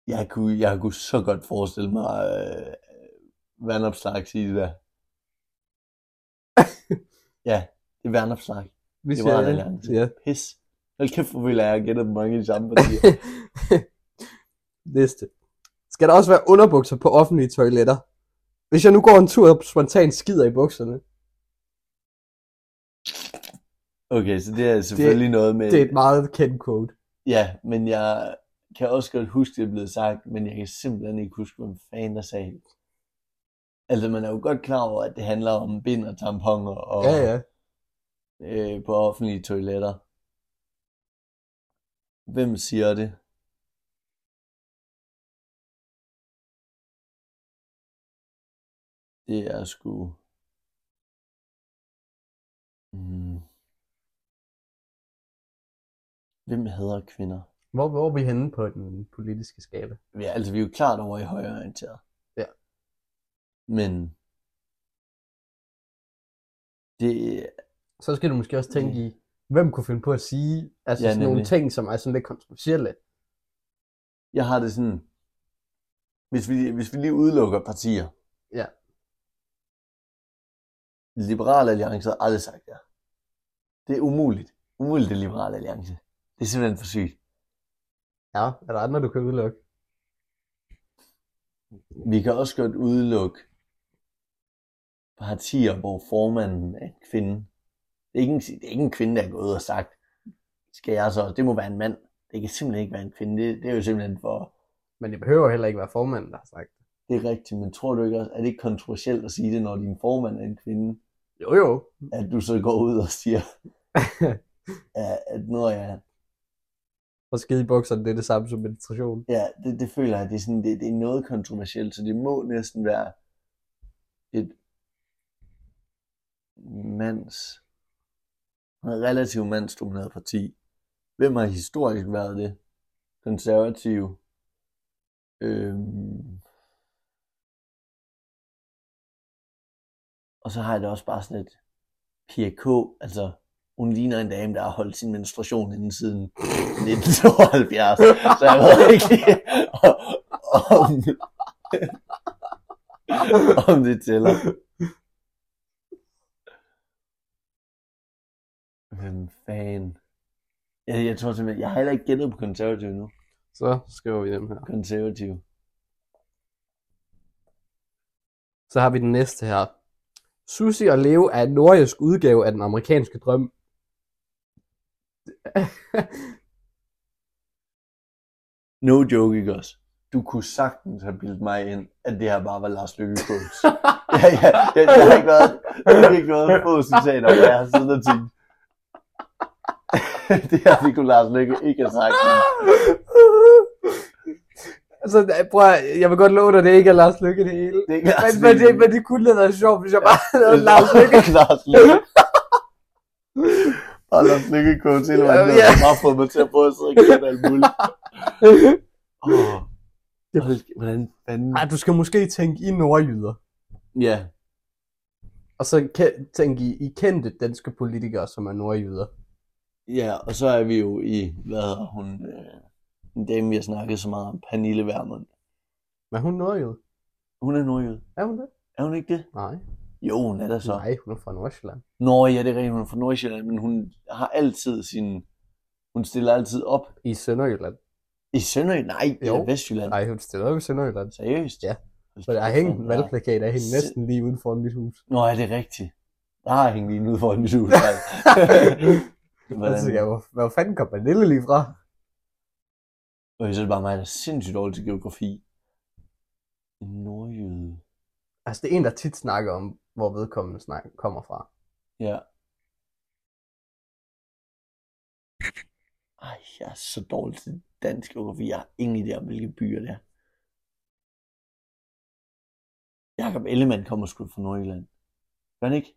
A: Jeg kunne, jeg kunne så godt forestille mig øh, vandopslag sige det der. ja, det er vandopslag.
B: Hvis
A: Det var
B: jeg-
A: en alliance.
B: Ja.
A: Pis. Hold kæft, hvor vil jeg gætte dem mange i de samme partier.
B: Næste. Skal der også være underbukser på offentlige toiletter? Hvis jeg nu går en tur og spontant skider i bukserne.
A: Okay, så det er selvfølgelig det, noget med...
B: Det er et meget kendt quote.
A: Ja, men jeg kan også godt huske, det er blevet sagt, men jeg kan simpelthen ikke huske, hvem fanden der sagde det. Altså, man er jo godt klar over, at det handler om bind og tamponer og
B: Ja, ja.
A: øh, på offentlige toiletter. Hvem siger det? Det er sgu... Mm. Hvem hader kvinder?
B: Hvor, hvor er vi henne på den politiske skala?
A: vi er, altså, vi er jo klart over i højre orienteret.
B: Ja.
A: Men det,
B: Så skal du måske også tænke i, hvem kunne finde på at sige altså
A: Ja,
B: Mm. ja, sådan nogle
A: nemlig.
B: ting, som er sådan lidt kontroversielle.
A: jeg har det sådan, hvis vi, hvis vi lige udelukker partier.
B: Ja.
A: Liberal Alliance har aldrig sagt ja. Det er umuligt. Umuligt, det Liberal Alliance. Det er simpelthen for sygt.
B: Ja, er der andre, du kan udelukke?
A: Vi kan også godt udelukke partier, hvor formanden er en kvinde. Det er ikke en, det er ikke en kvinde, der er gået og sagt, skal jeg så, det må være en mand. Det kan simpelthen ikke være en kvinde. Det, det er jo simpelthen for,
B: Men det behøver heller ikke være formanden, der har sagt det.
A: det er rigtigt, men tror du ikke også, er det ikke kontroversielt at sige det, når din formand er en kvinde,
B: Jo, jo.
A: at du så går ud og siger, ja, at når jeg,
B: Og skide i bukserne, det er det samme som meditation.
A: ja, det, det føler jeg, det er, sådan, det, det er noget kontroversielt, så det må næsten være et mands, et relativt mandsdomineret parti. Hvem har historisk været det? Konservative. Øhm. Og så har jeg det også bare sådan et PK, altså hun ligner en dame, der har holdt sin menstruation inden siden 1972. Så jeg ved ikke lige, om, om det tæller. Hvem fanden? Jeg, jeg tror simpelthen, jeg har heller ikke gættet på konservativ nu.
B: Så skriver vi den her.
A: Konservativ.
B: Så har vi den næste her. Susi og Leo er en nordisk udgave af den amerikanske drøm.
A: No joke, ikke også? Du kunne sagtens have bildt mig ind, at det her bare var Lars Løkke Kuls. ja, ja, jeg, jeg, har ikke været, jeg har ikke været få citater, hvor jeg har siddet og tænkt. det her, det kunne Lars Løkke ikke have sagt.
B: altså, prøv at, jeg vil godt love dig, det ikke er Lars Lykke det hele.
A: Det er ikke Lars
B: Men, men, Altså, det,
A: Løkke.
B: men det kunne have været sjovt, hvis jeg bare havde Lars Lykke.
A: Lars Løkke. Bare Lars Løkke kunne til, at
B: Ja,
A: han
B: ja.
A: har bare fået mig til at prøve at sidde og kende alt muligt. Åh, hold- hvordan fanden...
B: Ej, du skal måske tænke i nordjyder.
A: Ja,
B: Og så ke- tænke i, i kendte danske politikere, som er nordjyder.
A: Ja, og så er vi jo i, hvad hedder hun, øh, en dame, vi har snakket så meget om, Pernille Vermund.
B: Men er hun nordjyde?
A: Hun er nordjyde.
B: Er hun det?
A: Er hun ikke det?
B: Nej.
A: Jo, hun er der så.
B: Nej, hun er fra Nordsjælland.
A: Nå, ja, det er rigtigt, hun er fra Nordsjælland, men hun har altid sin... Hun stiller altid op
B: I Sønderjylland.
A: i Sønderjylland. Nej,
B: Jo.
A: eller Vestjylland.
B: Nej, hun stiller jo i Sønderjylland.
A: Seriøst?
B: Ja.
A: Hold
B: For der er
A: kæft,
B: hængt
A: hvor
B: en
A: er-
B: valgplakat af hende
A: Sind-
B: næsten lige uden for mit hus.
A: Nå, er det rigtigt? Der har hængt lige ud foran mit hus. altså. Hvordan?
B: altså, jeg, hvor, hvor fanden kom Pernille lige fra?
A: Og så er det bare mig, der er sindssygt dårlig til geografi. En nordjyde.
B: Altså, det er en, der tit snakker om, hvor vedkommende snak kommer fra.
A: Ja. Ej, jeg er så dårlig til dansk geografi. Jeg har ingen idé om, hvilke byer det er. Jakob Ellemann kommer sgu fra Nordjylland. Gør han ikke?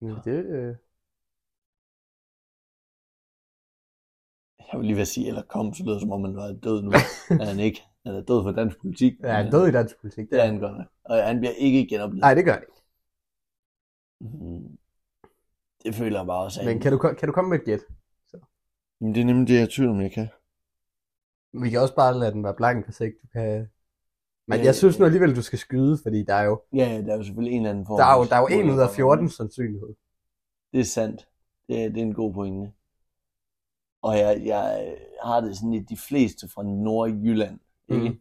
B: Men det, øh...
A: Jeg vil lige ved at sige, eller kom, så lyder det, som om han var død nu. Men han er ikke. Han er død for dansk politik.
B: Ja, han er død i dansk politik.
A: Det er han godt nok. Og han bliver ikke genoplevet.
B: Nej, det gør det ikke.
A: Mm. Det føler jeg bare også.
B: Men kan du, ko- kan du komme med et gæt?
A: Jamen, det er nemlig det, jeg er i tvivl om, jeg kan.
B: Vi kan også bare lade den være blank, hvis ikke du kan... Men øh,
A: Ja,
B: jeg synes
A: ja,
B: nu
A: ja.
B: alligevel, du skal skyde, fordi der er jo,
A: Ja, ja, der er jo selvfølgelig en eller anden form.
B: der er jo,
A: for
B: der er jo en
A: spoiler
B: ud af
A: for
B: 14
A: mig.
B: sandsynlighed.
A: Det er sandt. Det er, det er en god pointe. Og jeg, jeg har det sådan lidt, de fleste fra Nordjylland, ikke?
B: Mhm.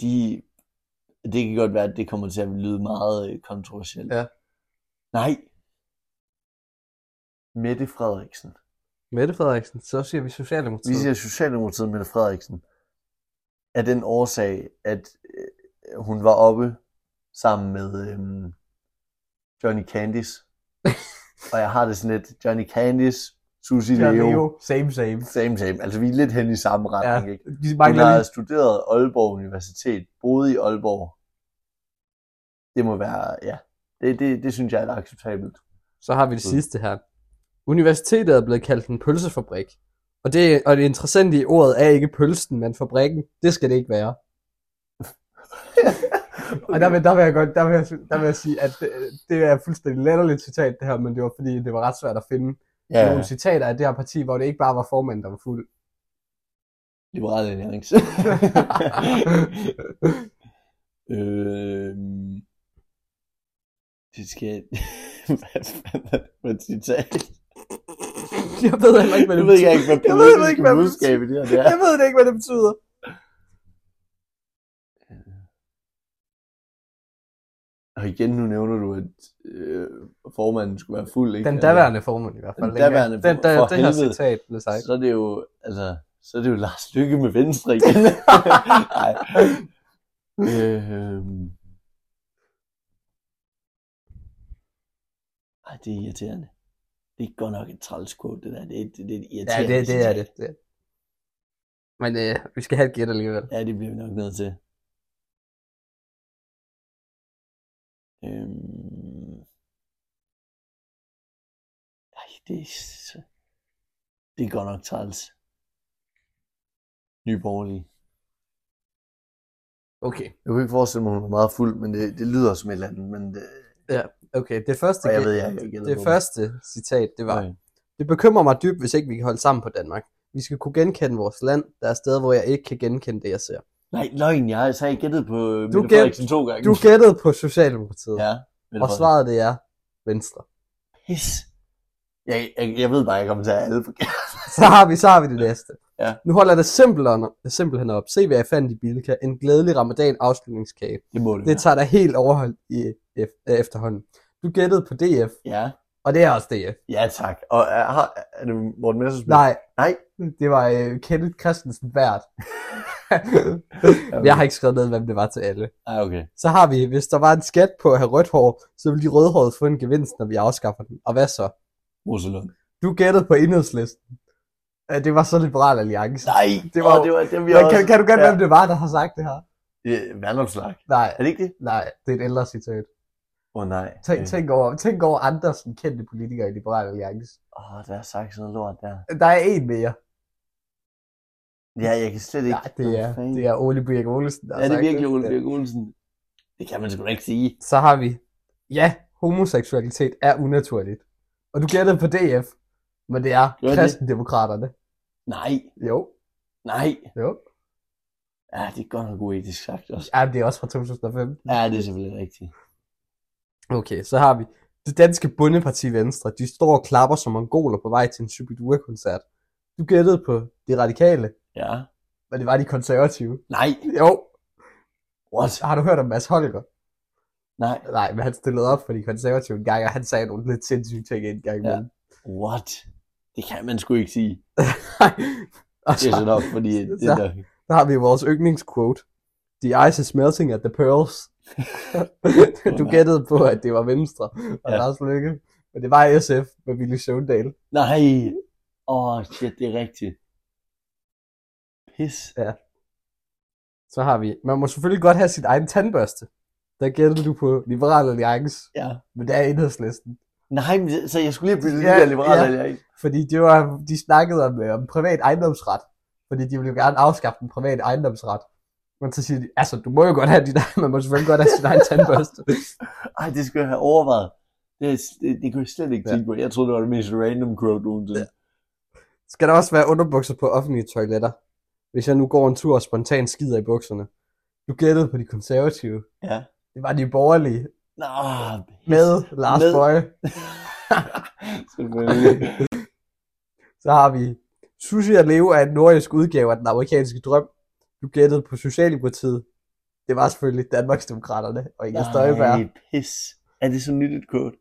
A: De, det kan godt være, at det kommer til at lyde meget øh, kontroversielt.
B: Ja.
A: Nej. Mette Frederiksen.
B: Mette Frederiksen, så siger vi Socialdemokratiet.
A: Vi siger Socialdemokratiet Mette Frederiksen af den årsag, at øh, hun var oppe sammen med øhm, Johnny Candice. og jeg har det sådan lidt, Johnny Candice, Susie
B: Bjørn
A: Leo,
B: Leo. Same, same.
A: same same. Altså vi er lidt hen i samme
B: Ja,
A: retning, ikke?
B: de
A: Hun
B: mangler
A: har
B: lige.
A: studeret Aalborg Universitet, boede i Aalborg. Det må være, ja, det, det, det synes jeg er acceptabelt.
B: Så har vi det
A: Mm.
B: sidste her. Universitetet er blevet kaldt en pølsefabrik. Og det, og det interessante i ordet er ikke pølsen, men fabrikken. Det skal det ikke være. Og der vil, der vil jeg godt, der vil jeg, der vil jeg sige, at det, det er fuldstændig latterligt citat det her, men det var fordi, det var ret svært at finde ja.
A: ja,
B: nogle citater af det her parti, hvor det ikke bare var formanden, der var fuld.
A: Liberal Alliance. Øh, det skal... hvad fanden er det for et citat?
B: jeg ved heller ikke, hvad det
A: Nu ved jeg ikke, hvad
B: Jeg ved heller
A: politisk
B: ikke, hvad det
A: budskab i det her det
B: Jeg
A: er.
B: ved det ikke, hvad det betyder.
A: Og igen, nu nævner du, at øh, formanden skulle være fuld, ikke?
B: Den daværende formand i hvert fald.
A: Den daværende
B: den, der,
A: formand, for
B: det her
A: helvede.
B: citat blev sagt.
A: Altså, så er det jo, altså, så er det jo Lars Lykke med Venstre igen. Nej. Øh, ej, det er irriterende. Det er godt nok et træls quote, det der. Det er, det, det er et
B: Ja,
A: irriterende
B: det, det er
A: citat.
B: det. det. Men øh, vi skal have et gæt alligevel.
A: Ja, det bliver vi nok nødt til. Øhm... Ej, det er... s- Det er godt nok træls. Nye borgerlige.
B: Okay,
A: Jeg kunne ikke forestille mig, at hun er meget fuld, men det, det lyder som et eller andet. Men det,
B: okay. Det første,
A: Og jeg
B: gæt-
A: ved, jeg ikke gætter
B: det
A: på det.
B: første citat, det var,
A: nej.
B: Det bekymrer mig dybt, hvis ikke vi kan holde sammen på Danmark. Vi skal kunne genkende vores land. Der er steder, hvor jeg ikke kan genkende det, jeg ser.
A: nej, løgn. Jeg sagde gættet på øh, Mette
B: gæt-
A: Frederiksen to gange.
B: Du gættede på Socialdemokratiet, ja,
A: Ja, Mette
B: og
A: Frederiksen.
B: svaret det er Venstre.
A: Pis. Jeg, jeg, jeg ved bare, jeg kommer til at have alle forkert.
B: Så har vi, så har vi det næste.
A: Ja.
B: Nu holder jeg det simpelthen, simpelthen op. Se, hvad jeg fandt i Bilka. En glædelig ramadan afslutningskage.
A: Det må det
B: Det tager dig helt overhold i F- øh, efterhånden. Du gættede på DF,
A: Ja.
B: og det er også DF.
A: ja, tak. Og er, har- er det Morten Messersmith?
B: Nej,
A: Nej.
B: det var øh, Kenneth Christensen Vært.
A: Okay.
B: jeg har ikke skrevet ned, hvem det var til alle.
A: Ah, okay.
B: Så har vi, hvis der var en skat på at have rødt hår, så ville de rødhårede få en gevinst, når vi afskaffer den. Og hvad så?
A: Rosalund.
B: Du gættede på enhedslisten. Ja, Det var så Liberal Alliance.
A: Nej,
B: Det
A: det
B: var
A: var,
B: jo-
A: det var dem, vi
B: Men
A: også...
B: kan, kan du gætte,
A: ja.
B: ja. hvem det var, der har sagt det her?
A: Øh, Vandopslag.
B: Nej,
A: Er det ikke det?
B: nej, det er et ældre citat.
A: Åh oh, nej.
B: Tænk,
A: Øh,
B: tænk, over, tænk over andre sådan kendte politikere i Liberal Alliance.
A: Åh, oh, der er sagt sådan noget lort der.
B: Der er en mere.
A: Ja, jeg kan slet ikke...
B: Nej, det
A: Hvad
B: er,
A: fanden?
B: det er Ole Birk Olesen, der
A: Er
B: har
A: det
B: sagt
A: virkelig Ole Birk Olsen? Det kan man sgu da ikke sige.
B: Så har vi, ja, homoseksualitet er unaturligt. Og du gættede på DF, men det er
A: det?
B: kristendemokraterne.
A: Nej,
B: Jo,
A: nej.
B: jo.
A: Ja, det er godt nok uetisk sagt også.
B: Ja, det er også fra 2005.
A: Ja, det er selvfølgelig rigtigt.
B: Okay, så har vi det danske bundeparti Venstre. De står og klapper som mongoler på vej til en Shubidua-koncert. Du gættede på de radikale,
A: Ja.
B: men det var de konservative.
A: Nej.
B: Jo,
A: What?
B: har du hørt om Mads Holger?
A: Nej.
B: Nej, men han stillede op for de konservative en gang, og han sagde nogle lidt sindssyge ting en gang imellem.
A: What? Det kan man sgu ikke sige.
B: Ja. og
A: Det er sådan
B: så,
A: op, fordi det
B: Så-
A: der...
B: så har vi vores yndlingsquote. The ice is melting at the pearls. du gættede på, at det var Venstre og
A: Ja.
B: ja. Lars Løkke. Men det var SF med Willy Søvndal.
A: Nej. Åh, oh, shit, det er rigtigt. Pis.
B: Så har vi, man må selvfølgelig godt have sit egen tandbørste. Der gætter du på Liberal Alliance,
A: Ja.
B: men det er enhedslisten.
A: Nej, men det- så jeg skulle lige blive
B: Ja,
A: ja, lidt liberal,
B: ja.
A: ja. eller ikke?
B: Fordi det var, de snakkede om, øh, om privat ejendomsret, fordi de ville jo gerne afskaffe den private ejendomsret. Men så siger de, altså du må jo godt have dit egen, man må selvfølgelig godt have sin egen tandbørste.
A: Ej, det skulle jeg have overvejet. Det, det, det kunne jeg slet ikke
B: Ja.
A: ja. tænke på. Jeg troede, det var det mest random quote nogensinde. Ja.
B: Skal der også være underbukser på offentlige toiletter? Hvis jeg nu går en tur og spontant skider i bukserne. Du gættede på de konservative.
A: Ja.
B: Det var de borgerlige.
A: Nå,
B: Med Lars
A: Med-
B: Bøje.
A: selvfølgelig.
B: Så har vi Sushi og Leo er en nordisk udgave af den amerikanske drøm. Du gættede på Socialdemokratiet. Det var selvfølgelig Danmarksdemokraterne og Inger Støjberg.
A: Nej, pis. Er det så nyt et kort?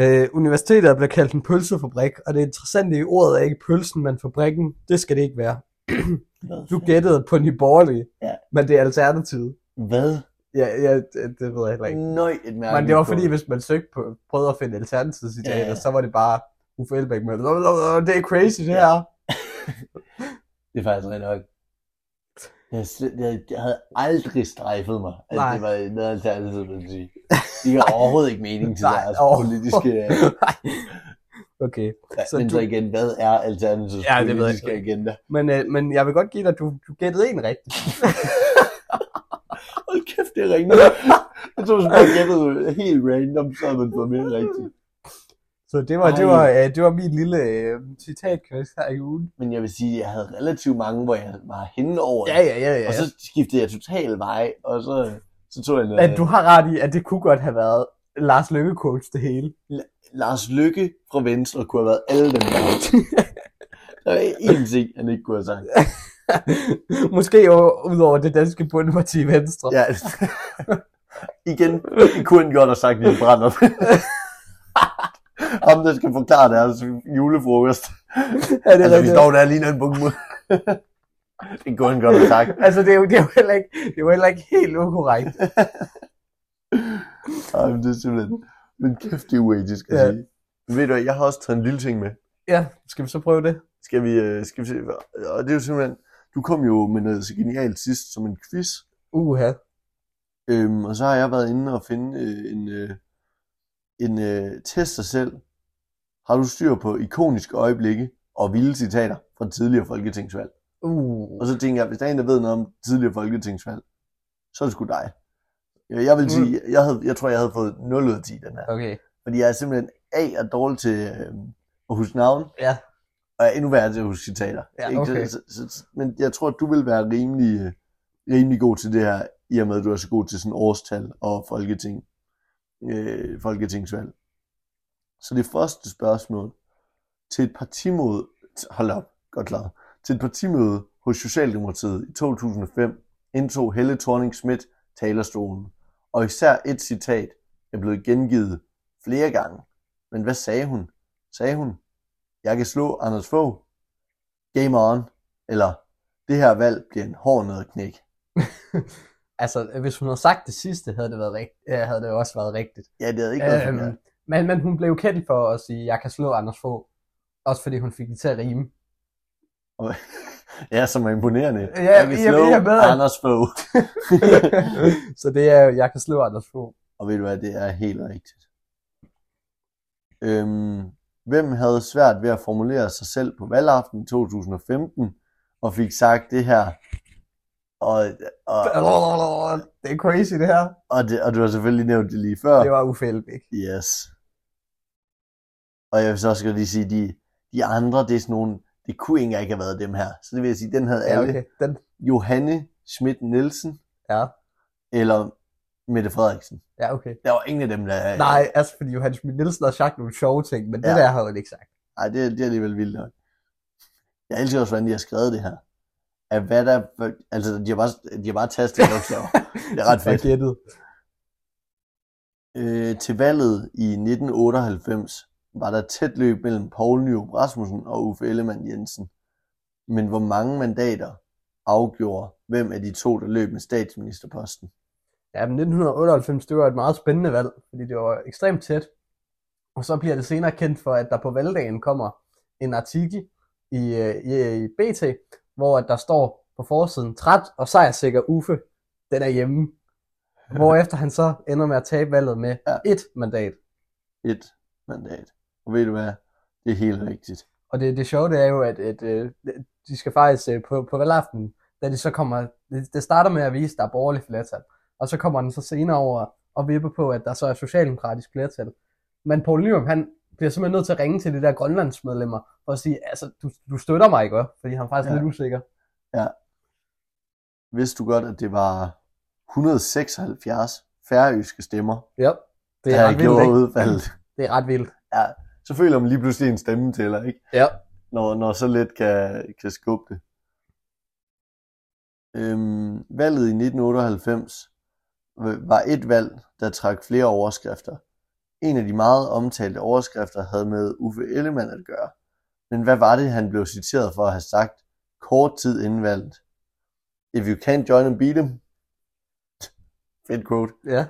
B: Øh, universitetet bliver kaldt en pølsefabrik, og det interessante i ordet er ikke pølsen, men fabrikken. Det skal det ikke være.
A: Hvad?
B: Du gættede på Nye Borgerlige,
A: Ja.
B: men det er alternativet.
A: Hvad?
B: Ja, ja, det, det ved jeg heller ikke.
A: Nøj, et mærke.
B: Men det var fordi, hvis man søgte på, prøvede at finde alternativcitater,
A: Ja, ja.
B: så var det bare Uffe Elbæk med, "Lå, lå, lå, det er crazy det her.
A: Det er faktisk rigtig nok. Jeg, slet, jeg, jeg havde aldrig strejfet mig, at
B: Nej.
A: Nej. det var noget alternativ, vil sige. De har overhovedet ikke mening til
B: Nej,
A: deres
B: overhovedet.
A: politiske...
B: okay,
A: Ja,
B: Så
A: men
B: du-
A: så igen, hvad er alternativets
B: Ja, det ved jeg
A: politiske
B: ikke.
A: agenda?
B: men, øh, men jeg vil godt give dig, at du, du gættede en rigtig.
A: Hold kæft, det ringer. jeg tror, hvis man gættede helt random, så havde man fået mere rigtigt.
B: Så det var, det
A: Ej.
B: var, øh, det var min lille øh, citatquiz her i ugen.
A: Men jeg vil sige, at jeg havde relativt mange, hvor jeg var henne over.
B: Ja, ja, ja. ja.
A: Og så skiftede jeg totalt vej, og så, så tog jeg noget.
B: at du har ret i, at det kunne godt have været Lars Løkke coach det hele.
A: Lars Lykke fra Venstre kunne have været alle dem der. Der er én ting, han ikke kunne have sagt.
B: Måske jo ud over det danske bundparti Venstre.
A: Ja. Igen, det kunne han godt have sagt, Niels Brandt. Ham, der skal forklare deres julefrokost.
B: er det
A: Altså, vi
B: rigtigt?
A: står der lige nede på mod. Det kunne han godt have sagt.
B: Altså, det er, jo, det, er jo heller ikke, det er jo heller ikke helt ukorrekt.
A: Ej, men det er simpelthen... Men kæft, det er uetisk at
B: Ja.
A: sige. Ved du hvad, jeg har også taget en lille ting med.
B: Ja, skal vi så prøve det?
A: Skal vi, øh, skal vi se, hvad- og det er jo simpelthen, du kom jo med noget så genialt sidst som en quiz,
B: Uha.
A: øhm, og så har jeg været inde og finde øh, en, øh, en øh, test dig selv. Har du styr på ikoniske øjeblikke og vilde citater fra tidligere folketingsvalg?
B: Uh.
A: Og så tænker jeg, hvis der er en, der ved noget om tidligere folketingsvalg, så er det sgu dig. Ja, Jeg vil sige, jeg, havde, jeg tror, jeg havde fået 0 ud af 10 den her.
B: Okay.
A: Fordi jeg er simpelthen A er dårlig til øh, at huske navn,
B: Ja.
A: og er endnu værre til at huske citater.
B: Ja,
A: Ikke?
B: okay.
A: Så, så, så, men jeg tror, at du vil være rimelig, øh, rimelig god til det her, i og med, at du er så god til sådan årstal og folketing, øh, folketingsvalg. Så det første spørgsmål til et partimøde, t- hold op, godt klaret, til et partimøde hos Socialdemokratiet i 2005 indtog Helle thorning schmidt talerstolen, og især et citat er blevet gengivet flere gange. Men hvad sagde hun? Sagde hun, jeg kan slå Anders Fogh, Game on. Eller, det her valg bliver en hård ned knæk.
B: Altså, hvis hun havde sagt det sidste, havde det, været rigt- ja, havde det jo også været rigtigt.
A: Ja, det havde ikke været øhm,
B: Øhm, men, men hun blev kendt for at sige, jeg kan slå Anders Fogh. Også fordi hun fik det til at rime.
A: Ja, som er imponerende.
B: Ja,
A: jeg kan
B: jeg-
A: slå
B: jeg er med.
A: Anders Fogh.
B: så det er jo, jeg kan slå Anders Fogh.
A: Og ved du hvad, det er helt rigtigt. Øhm, hvem havde svært ved at formulere sig selv på valgaften i 2015, og fik sagt det her, og, og,
B: Det er crazy det her.
A: og, det, og du har selvfølgelig nævnt det lige før.
B: Det var Uffe Elbæk.
A: Yes. Og jeg vil så også godt lige sige, de, de andre, det er sådan nogle, det kunne ikke engang have været dem her. Så det vil jeg sige, den havde
B: Ja,
A: alle.
B: okay. Den,
A: Johanne Schmidt Nielsen
B: ja.
A: eller Mette Frederiksen.
B: ja, okay.
A: Der var ingen af dem, der...
B: Nej, altså fordi Johan Schmidt Nielsen har sagt nogle sjove ting, men ja. det
A: Ja.
B: der har han ikke sagt.
A: Ej, det, er- det er alligevel vildt nok. Jeg elsker også, hvordan de har skrevet det her. At hvad der... Altså, de har bare, de har bare tastet bogstaver. Det er ret
B: Så jeg
A: fedt.
B: gættede.
A: Øh, til valget i 1998 var der tæt løb mellem Poul Nyrup Rasmussen og Uffe Ellemann Jensen. Men hvor mange mandater afgjorde, hvem af de to, der løb med statsministerposten?
B: Ja, men 1998, det var et meget spændende valg, fordi det var ekstremt tæt. Og så bliver det senere kendt for, at der på valgdagen kommer en artikel i, øh, i, i BT, hvor at der står på forsiden, træt og sejrsikker Uffe, den er hjemme. Hvorefter han så ender med at tabe valget med
A: Ja.
B: et mandat.
A: Et mandat. Og ved du hvad? Det er helt rigtigt.
B: Og det, det sjove, det er jo, at, at øh, de skal faktisk øh, på, på valgaften, da de så kommer, det, det starter med at vise, at der er borgerligt flertal, og så kommer den så senere over og vipper på, at der så er socialdemokratisk flertal. Men Poul Nyrup, han bliver simpelthen nødt til at ringe til de der grønlandsmedlemmer, for at sige, altså, du, du støtter mig, ikke? også? Fordi han er faktisk
A: Ja.
B: ja. lidt usikker.
A: Vidste du godt, at det var 176 færøske stemmer,
B: Ja, det
A: det
B: er
A: der
B: ret vildt,
A: gjorde
B: ikke?
A: udvalget.
B: Det er ret vildt.
A: Så føler man lige pludselig en stemme til, eller ikke?
B: Ja.
A: Når, når så lidt kan, kan skubbe det. Øhm, valget i 1998 v- var et valg, der trak flere overskrifter. En af de meget omtalte overskrifter havde med Uffe Ellemann at gøre. Men hvad var det, han blev citeret for at have sagt kort tid inden valget? If you can't join and beat them. Fedt quote.
B: Ja.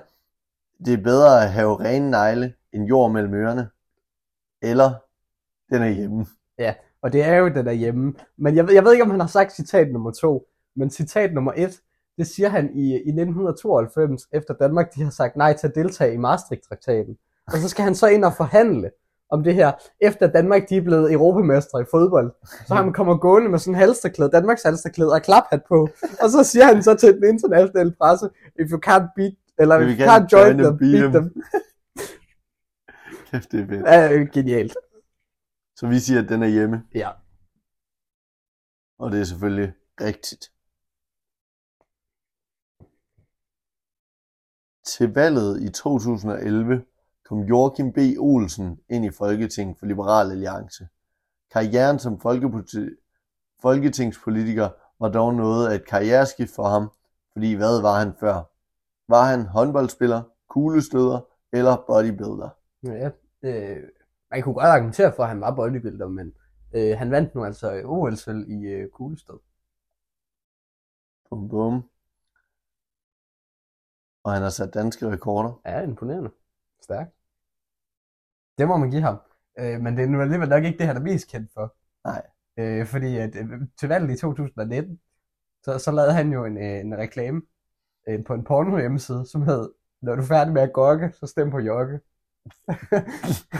A: Det er bedre at have rene negle end jord mellem ørerne. Eller den er hjemme.
B: Og det er jo den derhjemme. Men jeg, ved- jeg ved ikke, om han har sagt citat nummer to, men citat nummer et, det siger han i, i 1992, efter Danmark de har sagt nej til at deltage i Maastricht-traktaten. Og så skal han så ind og forhandle om det her, efter Danmark de er blevet europamestre i fodbold. Så han kommer gående med sådan en halsterklæde, Danmarks halsterklæde og klaphat på. Og så siger han så til den internationale presse, if you can't beat, eller if you can't join them, beat them.
A: Kæft, det er fedt.
B: Ja, øh, genialt.
A: Så vi siger, at den er hjemme,
B: Ja.
A: og det er selvfølgelig rigtigt. Til valget i 2011 kom Joachim B. Olsen ind i Folketinget for Liberal Alliance. Karrieren som folkepoliti- folketingspolitiker var dog noget af et karriereskift for ham, fordi hvad var han før? Var han håndboldspiller, kuglestøder eller bodybuilder?
B: Ja, øh, man kunne godt argumentere for, at han var bodybuilder, men øh, han vandt nu altså ol sølv i øh, kuglestød.
A: Bum, bum. Og han har sat danske rekorder.
B: Ja, imponerende. Stærk. Det må man give ham. Øh, men det er nu alligevel nok ikke det, han er mest kendt for.
A: Nej.
B: Øh, fordi at, øh, til valget i 2019, så, så lavede han jo en, øh, en reklame øh, på en porno hjemmeside, som hed, når du er færdig med at gokke, så stem på Jokke.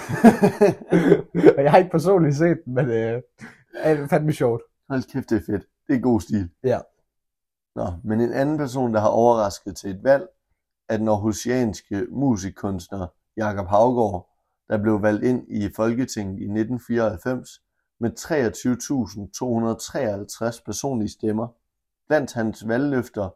B: og jeg har ikke personligt set den, men øh, det er fandme sjovt.
A: Hold kæft, det er fedt. Det er god stil.
B: Ja.
A: Nå, men en anden person, der har overrasket til et valg, er den aarhusianske musikkunstner Jakob Havgård, der blev valgt ind i Folketinget i 1994 med 23.253 personlige stemmer. Blandt hans valgløfter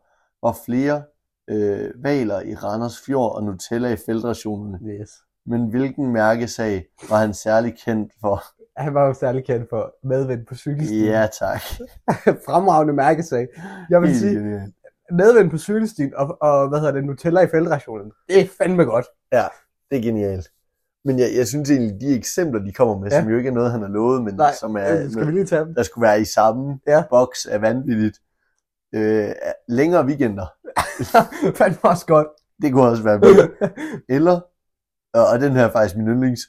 A: var flere øh, valer i Randers Fjord og Nutella i feltrationerne.
B: Yes.
A: Men hvilken mærkesag var han særlig kendt for?
B: Han var jo særlig kendt for medvind på cykelstien.
A: Ja, tak.
B: Fremragende mærkesag. Jeg vil
A: Helt
B: sige,
A: genialt.
B: medvind på cykelstien og, og hvad hedder det, Nutella i feltrationen. Det er fandme godt.
A: Det er genialt. Men jeg, jeg synes egentlig, de eksempler, de kommer med,
B: Ja.
A: ja. som jo ikke er noget, han har lovet, men
B: Nej,
A: som
B: Ja,
A: er,
B: Øh, Skal vi lige tage dem?
A: der skulle være i samme
B: Ja.
A: ja. boks af vanvittigt. Øh, længere weekender,
B: fandme også godt.
A: det kunne også være med. Eller, og, og den her er faktisk min yndlings,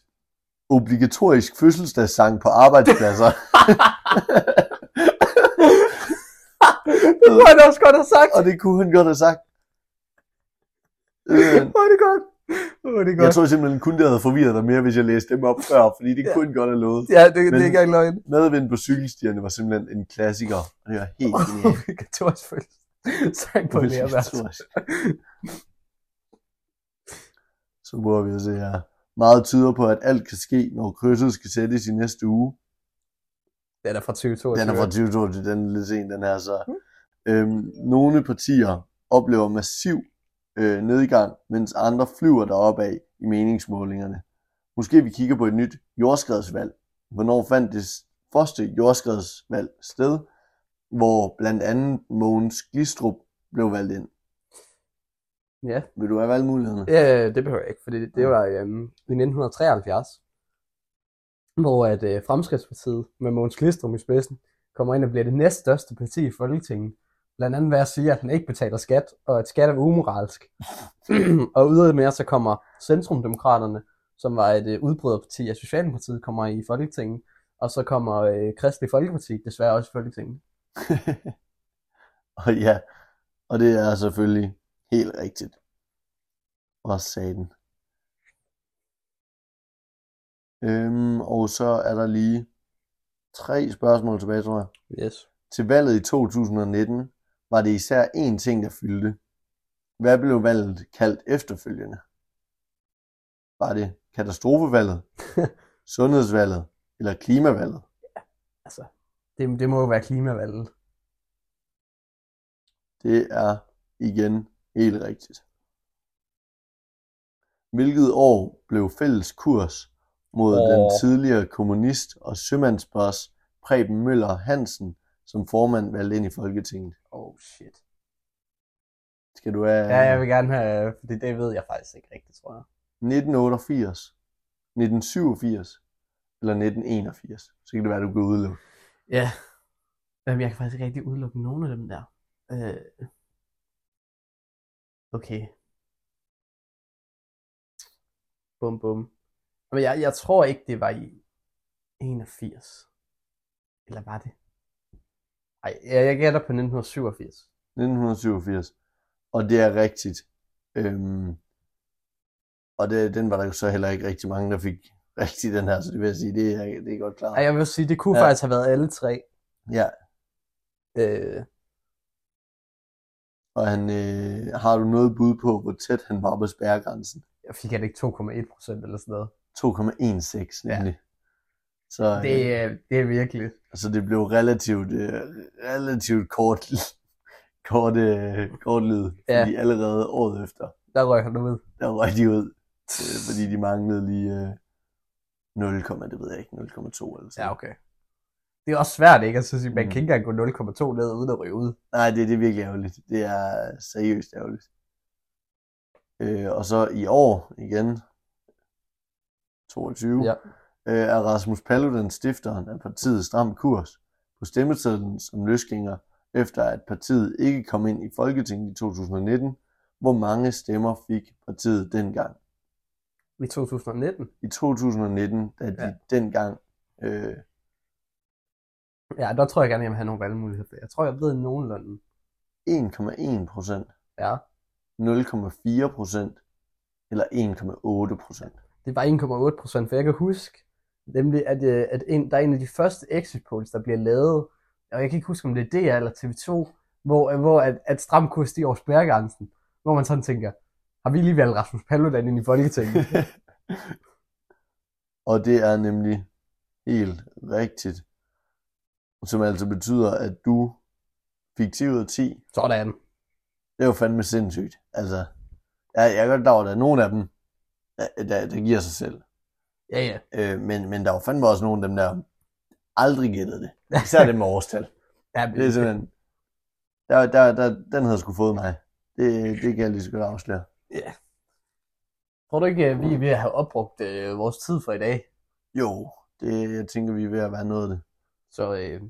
A: obligatorisk fødselsdagssang på arbejdspladser.
B: det kunne han også godt have sagt.
A: og det kunne han godt have sagt. Øh,
B: Hvor er det godt. Hvor er det
A: Jeg
B: godt.
A: tror simpelthen kun, det havde forvirret dig mere, hvis jeg læste dem op før, fordi det
B: Ja.
A: kunne godt have lovet.
B: Ja, det, det
A: Men-
B: er ikke engang løgn.
A: Medvind på cykelstierne var simpelthen en klassiker, og det var helt genialt.
B: Obligatorisk følelse. Sang på lærværelse.
A: Obligatorisk. Så prøver vi at se her. Meget tyder på, at alt kan ske, når krydset skal sættes i næste uge.
B: Den er fra 2022.
A: Den er fra 2022, den er lidt sen, den her så. Øhm, nogle partier oplever massiv øh, nedgang, mens andre flyver deroppe af i meningsmålingerne. Måske vi kigger på et nyt jordskredsvalg. Hvornår fandt det s- første jordskredsvalg sted, hvor blandt andet Mogens Glistrup blev valgt ind?
B: Ja.
A: Vil du have valgmulighederne?
B: Ja, det behøver jeg ikke, fordi det, det var øhm, i 1973, hvor at øh, Fremskridspartiet med Mogens Glistrup i spidsen kommer ind og bliver det næststørste parti i Folketinget. Blandt andet ved at sige, at han ikke betaler skat, og at skat er umoralsk. og ydermere så kommer Centrumdemokraterne, som var et øh, udbryderparti af Socialdemokratiet, kommer i Folketinget. Og så kommer øh, Kristelig Folkeparti desværre også i Folketinget.
A: Og ja, og det er selvfølgelig helt rigtigt. Og satan. Øhm, og så er der lige tre spørgsmål tilbage, tror jeg.
B: Yes.
A: Til valget i 2019 var det især én ting, der fyldte. Hvad blev valget kaldt efterfølgende? Var det katastrofevalget, sundhedsvalget eller klimavalget.
B: Altså, det, det må jo være klimavalget.
A: Det er igen helt rigtigt. Hvilket år blev fælles kurs mod
B: Åh.
A: oh. den tidligere kommunist og sømandsboss Preben Møller Hansen som formand valgt ind i Folketinget?
B: Oh shit.
A: Skal du have
B: Ja, jeg vil gerne have, fordi det ved jeg faktisk ikke rigtigt, tror jeg.
A: 1988, 1987 eller 1981? Så kan det være, du kan udelukke.
B: Ja. Jamen, jeg kan faktisk ikke rigtig udelukke nogen af dem der. Øh. Okay. Bum bum. Men jeg, jeg tror ikke, det var i 81. Eller var det? Ej, jeg, jeg gætter på 1987.
A: 1987. Og det er rigtigt. Øhm, og det, den var der jo så heller ikke rigtig mange, der fik rigtig den her, så det vil jeg sige, det er, det er godt klart.
B: Ej, jeg vil sige, det kunne ja.
A: Ja.
B: faktisk have været alle tre.
A: Ja,
B: Øh,
A: og han, øh, har du noget bud på, hvor tæt han var på spærregrænsen?
B: jeg fik han ikke 2,1 procent eller sådan noget.
A: 2,16
B: Ja.
A: nemlig. Så,
B: Det,
A: øh,
B: er- det er virkelig.
A: så det blev relativt, øh, relativt kort, kort, øh, kort lyd,
B: Ja.
A: fordi allerede året efter,
B: Der røg han ud.
A: der røg de ud, øh, fordi de manglede lige øh, 0, det ved jeg ikke, 0,2 eller sådan
B: Ja, okay. Det er også svært, ikke? Altså, man
A: Mm.
B: kan ikke engang gå 0,2 ned uden at ryge ud.
A: Nej, det, det er virkelig ærgerligt. Det er seriøst ærgerligt. Øh, og så i år igen, 22,
B: Ja.
A: øh, er Rasmus Paludan stifteren af partiet Stram Kurs på stemmesedlen som løsgænger, efter at partiet ikke kom ind i Folketinget i 2019, hvor mange stemmer fik partiet dengang.
B: I 2019?
A: I 2019, da de
B: Ja.
A: dengang øh,
B: Ja, der tror jeg gerne, jeg vil have nogle valgmuligheder. Jeg tror, jeg ved nogenlunde.
A: 1,1 procent,
B: Ja.
A: 0,4 procent eller 1,8 procent.
B: Det var 1,8 procent, for jeg kan huske, nemlig, at, øh, at en, der er en af de første exit polls, der bliver lavet, og jeg kan ikke huske, om det er DR eller TV2, hvor, øh, hvor at, at stram kurs stiger over spærregrænsen, hvor man sådan tænker, har vi lige valgt Rasmus Paludan ind i Folketinget?
A: og det er nemlig helt rigtigt. Som altså betyder, at du fik 10 ud af 10.
B: sådan.
A: Det er jo fandme sindssygt. Altså, jeg, jeg er godt klar over, at der er nogen af dem, der, der, der giver sig selv.
B: Ja, ja.
A: Øh, men, men der er jo fandme også nogle af dem, der aldrig gættede det. Især det med årstal.
B: ja men,
A: Det er simpelthen... Der, der, der, den havde sgu fået mig. Det, det kan jeg lige så godt afsløre.
B: Tror du ikke, at vi er ved at have opbrugt øh, vores tid for i dag?
A: Jo, det, jeg tænker, vi er ved at være noget af det.
B: Så øh,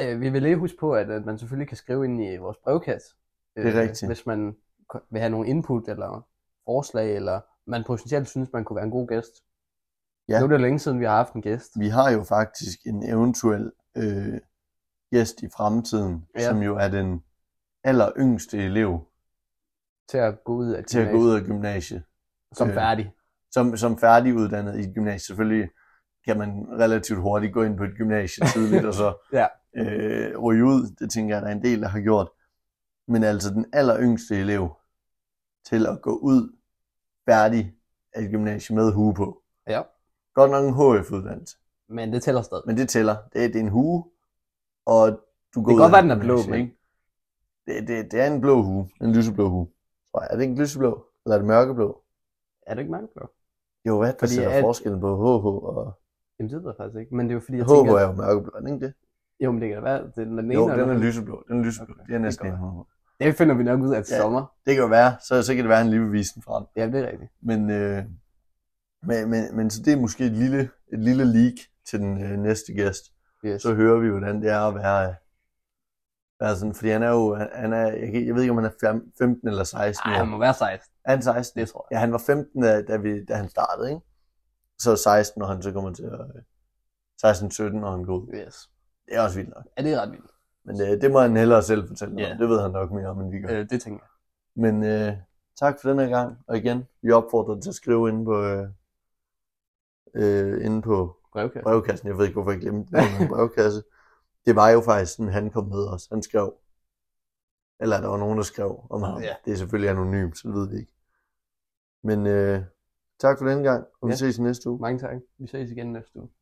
B: øh, vi vil lige huske på, at, at man selvfølgelig kan skrive ind i vores brevkasse. Øh,
A: Det er rigtigt.
B: Hvis man ko- vil have nogle input eller forslag, eller man potentielt synes, man kunne være en god gæst.
A: Ja.
B: Nu er det længe siden, vi har haft en gæst.
A: vi har jo faktisk en eventuel øh, gæst i fremtiden,
B: Ja.
A: ja. som jo er den aller yngste elev
B: Til at gå ud af
A: Mm. til at gå
B: gymnasiet
A: ud af gymnasiet,
B: som
A: øh,
B: færdig.
A: som, som færdiguddannet i et gymnasiet. Selvfølgelig kan man relativt hurtigt gå ind på et gymnasie tidligt, og så
B: Ja.
A: øh, ryge ud. Det tænker jeg, der er en del, der har gjort. Men altså den aller yngste elev til at gå ud færdig af et gymnasie med hue på.
B: Ja.
A: Godt nok en HF-uddannelse.
B: Men det tæller stadig.
A: Men det tæller. Det er, det er en hue, og du går
B: kan
A: ud
B: godt
A: af
B: være, den er blå,
A: gymnasiet,
B: men-
A: ikke? Det, det, det, er en blå hue. En lyseblå hue. Og er det ikke lyseblå? Eller er det mørkeblå?
B: Er det ikke mange blå?
A: Jo, hvad
B: Fordi
A: Fordi sætter
B: at-
A: at... forskellen på HH og...
B: Jamen det ved jeg faktisk ikke. Men det er jo fordi, jeg
A: HH
B: tænker...
A: er jo mørkeblå, er den ikke det?
B: Jo, men det kan da være. Det er den ene
A: jo,
B: eller
A: den er
B: anden.
A: lyseblå. Den er lyseblå.
B: Okay,
A: Okay, det er
B: det
A: næsten
B: går
A: en HH.
B: Det finder vi nok ud af til
A: Ja.
B: sommer.
A: Det kan jo være, så, så kan det være, han lige vil vise den frem.
B: Ja, det er rigtigt.
A: Men, øh, men, men, men så det er måske et lille, et lille leak til den øh, næste gæst.
B: Yes.
A: så hører vi, hvordan det er at være, være sådan, fordi han er jo, han han er, jeg, kan- jeg ved ikke, om han er fem- 15 eller 16
B: Ej,
A: år.
B: han må være 16.
A: Er han 16?
B: Det tror jeg.
A: Ja, han var 15, da, da, vi, da han startede, ikke? Så 16, når han så kommer til at, 16-17, når han går ud.
B: Yes.
A: Det er også vildt nok.
B: Ja, det er ret vildt.
A: Men øh, det må han hellere selv fortælle mig.
B: Ja.
A: om. Det ved han nok mere om, end vi gør.
B: Øh, det tænker jeg.
A: Men øh, tak for den her gang. Og igen, vi opfordrer til at skrive inde på, øh, øh, inde på
B: Brevkasse.
A: brevkassen. Jeg ved ikke, hvorfor jeg glemte den men brevkasse. Det var jo faktisk sådan, han kom med os. Han skrev, eller der var nogen, der skrev om ham.
B: Ja.
A: Det er selvfølgelig anonymt, så det ved vi ikke. Men øh, Tak for den gang, og vi
B: Ja.
A: ses i næste uge.
B: Mange tak. Vi ses igen næste uge.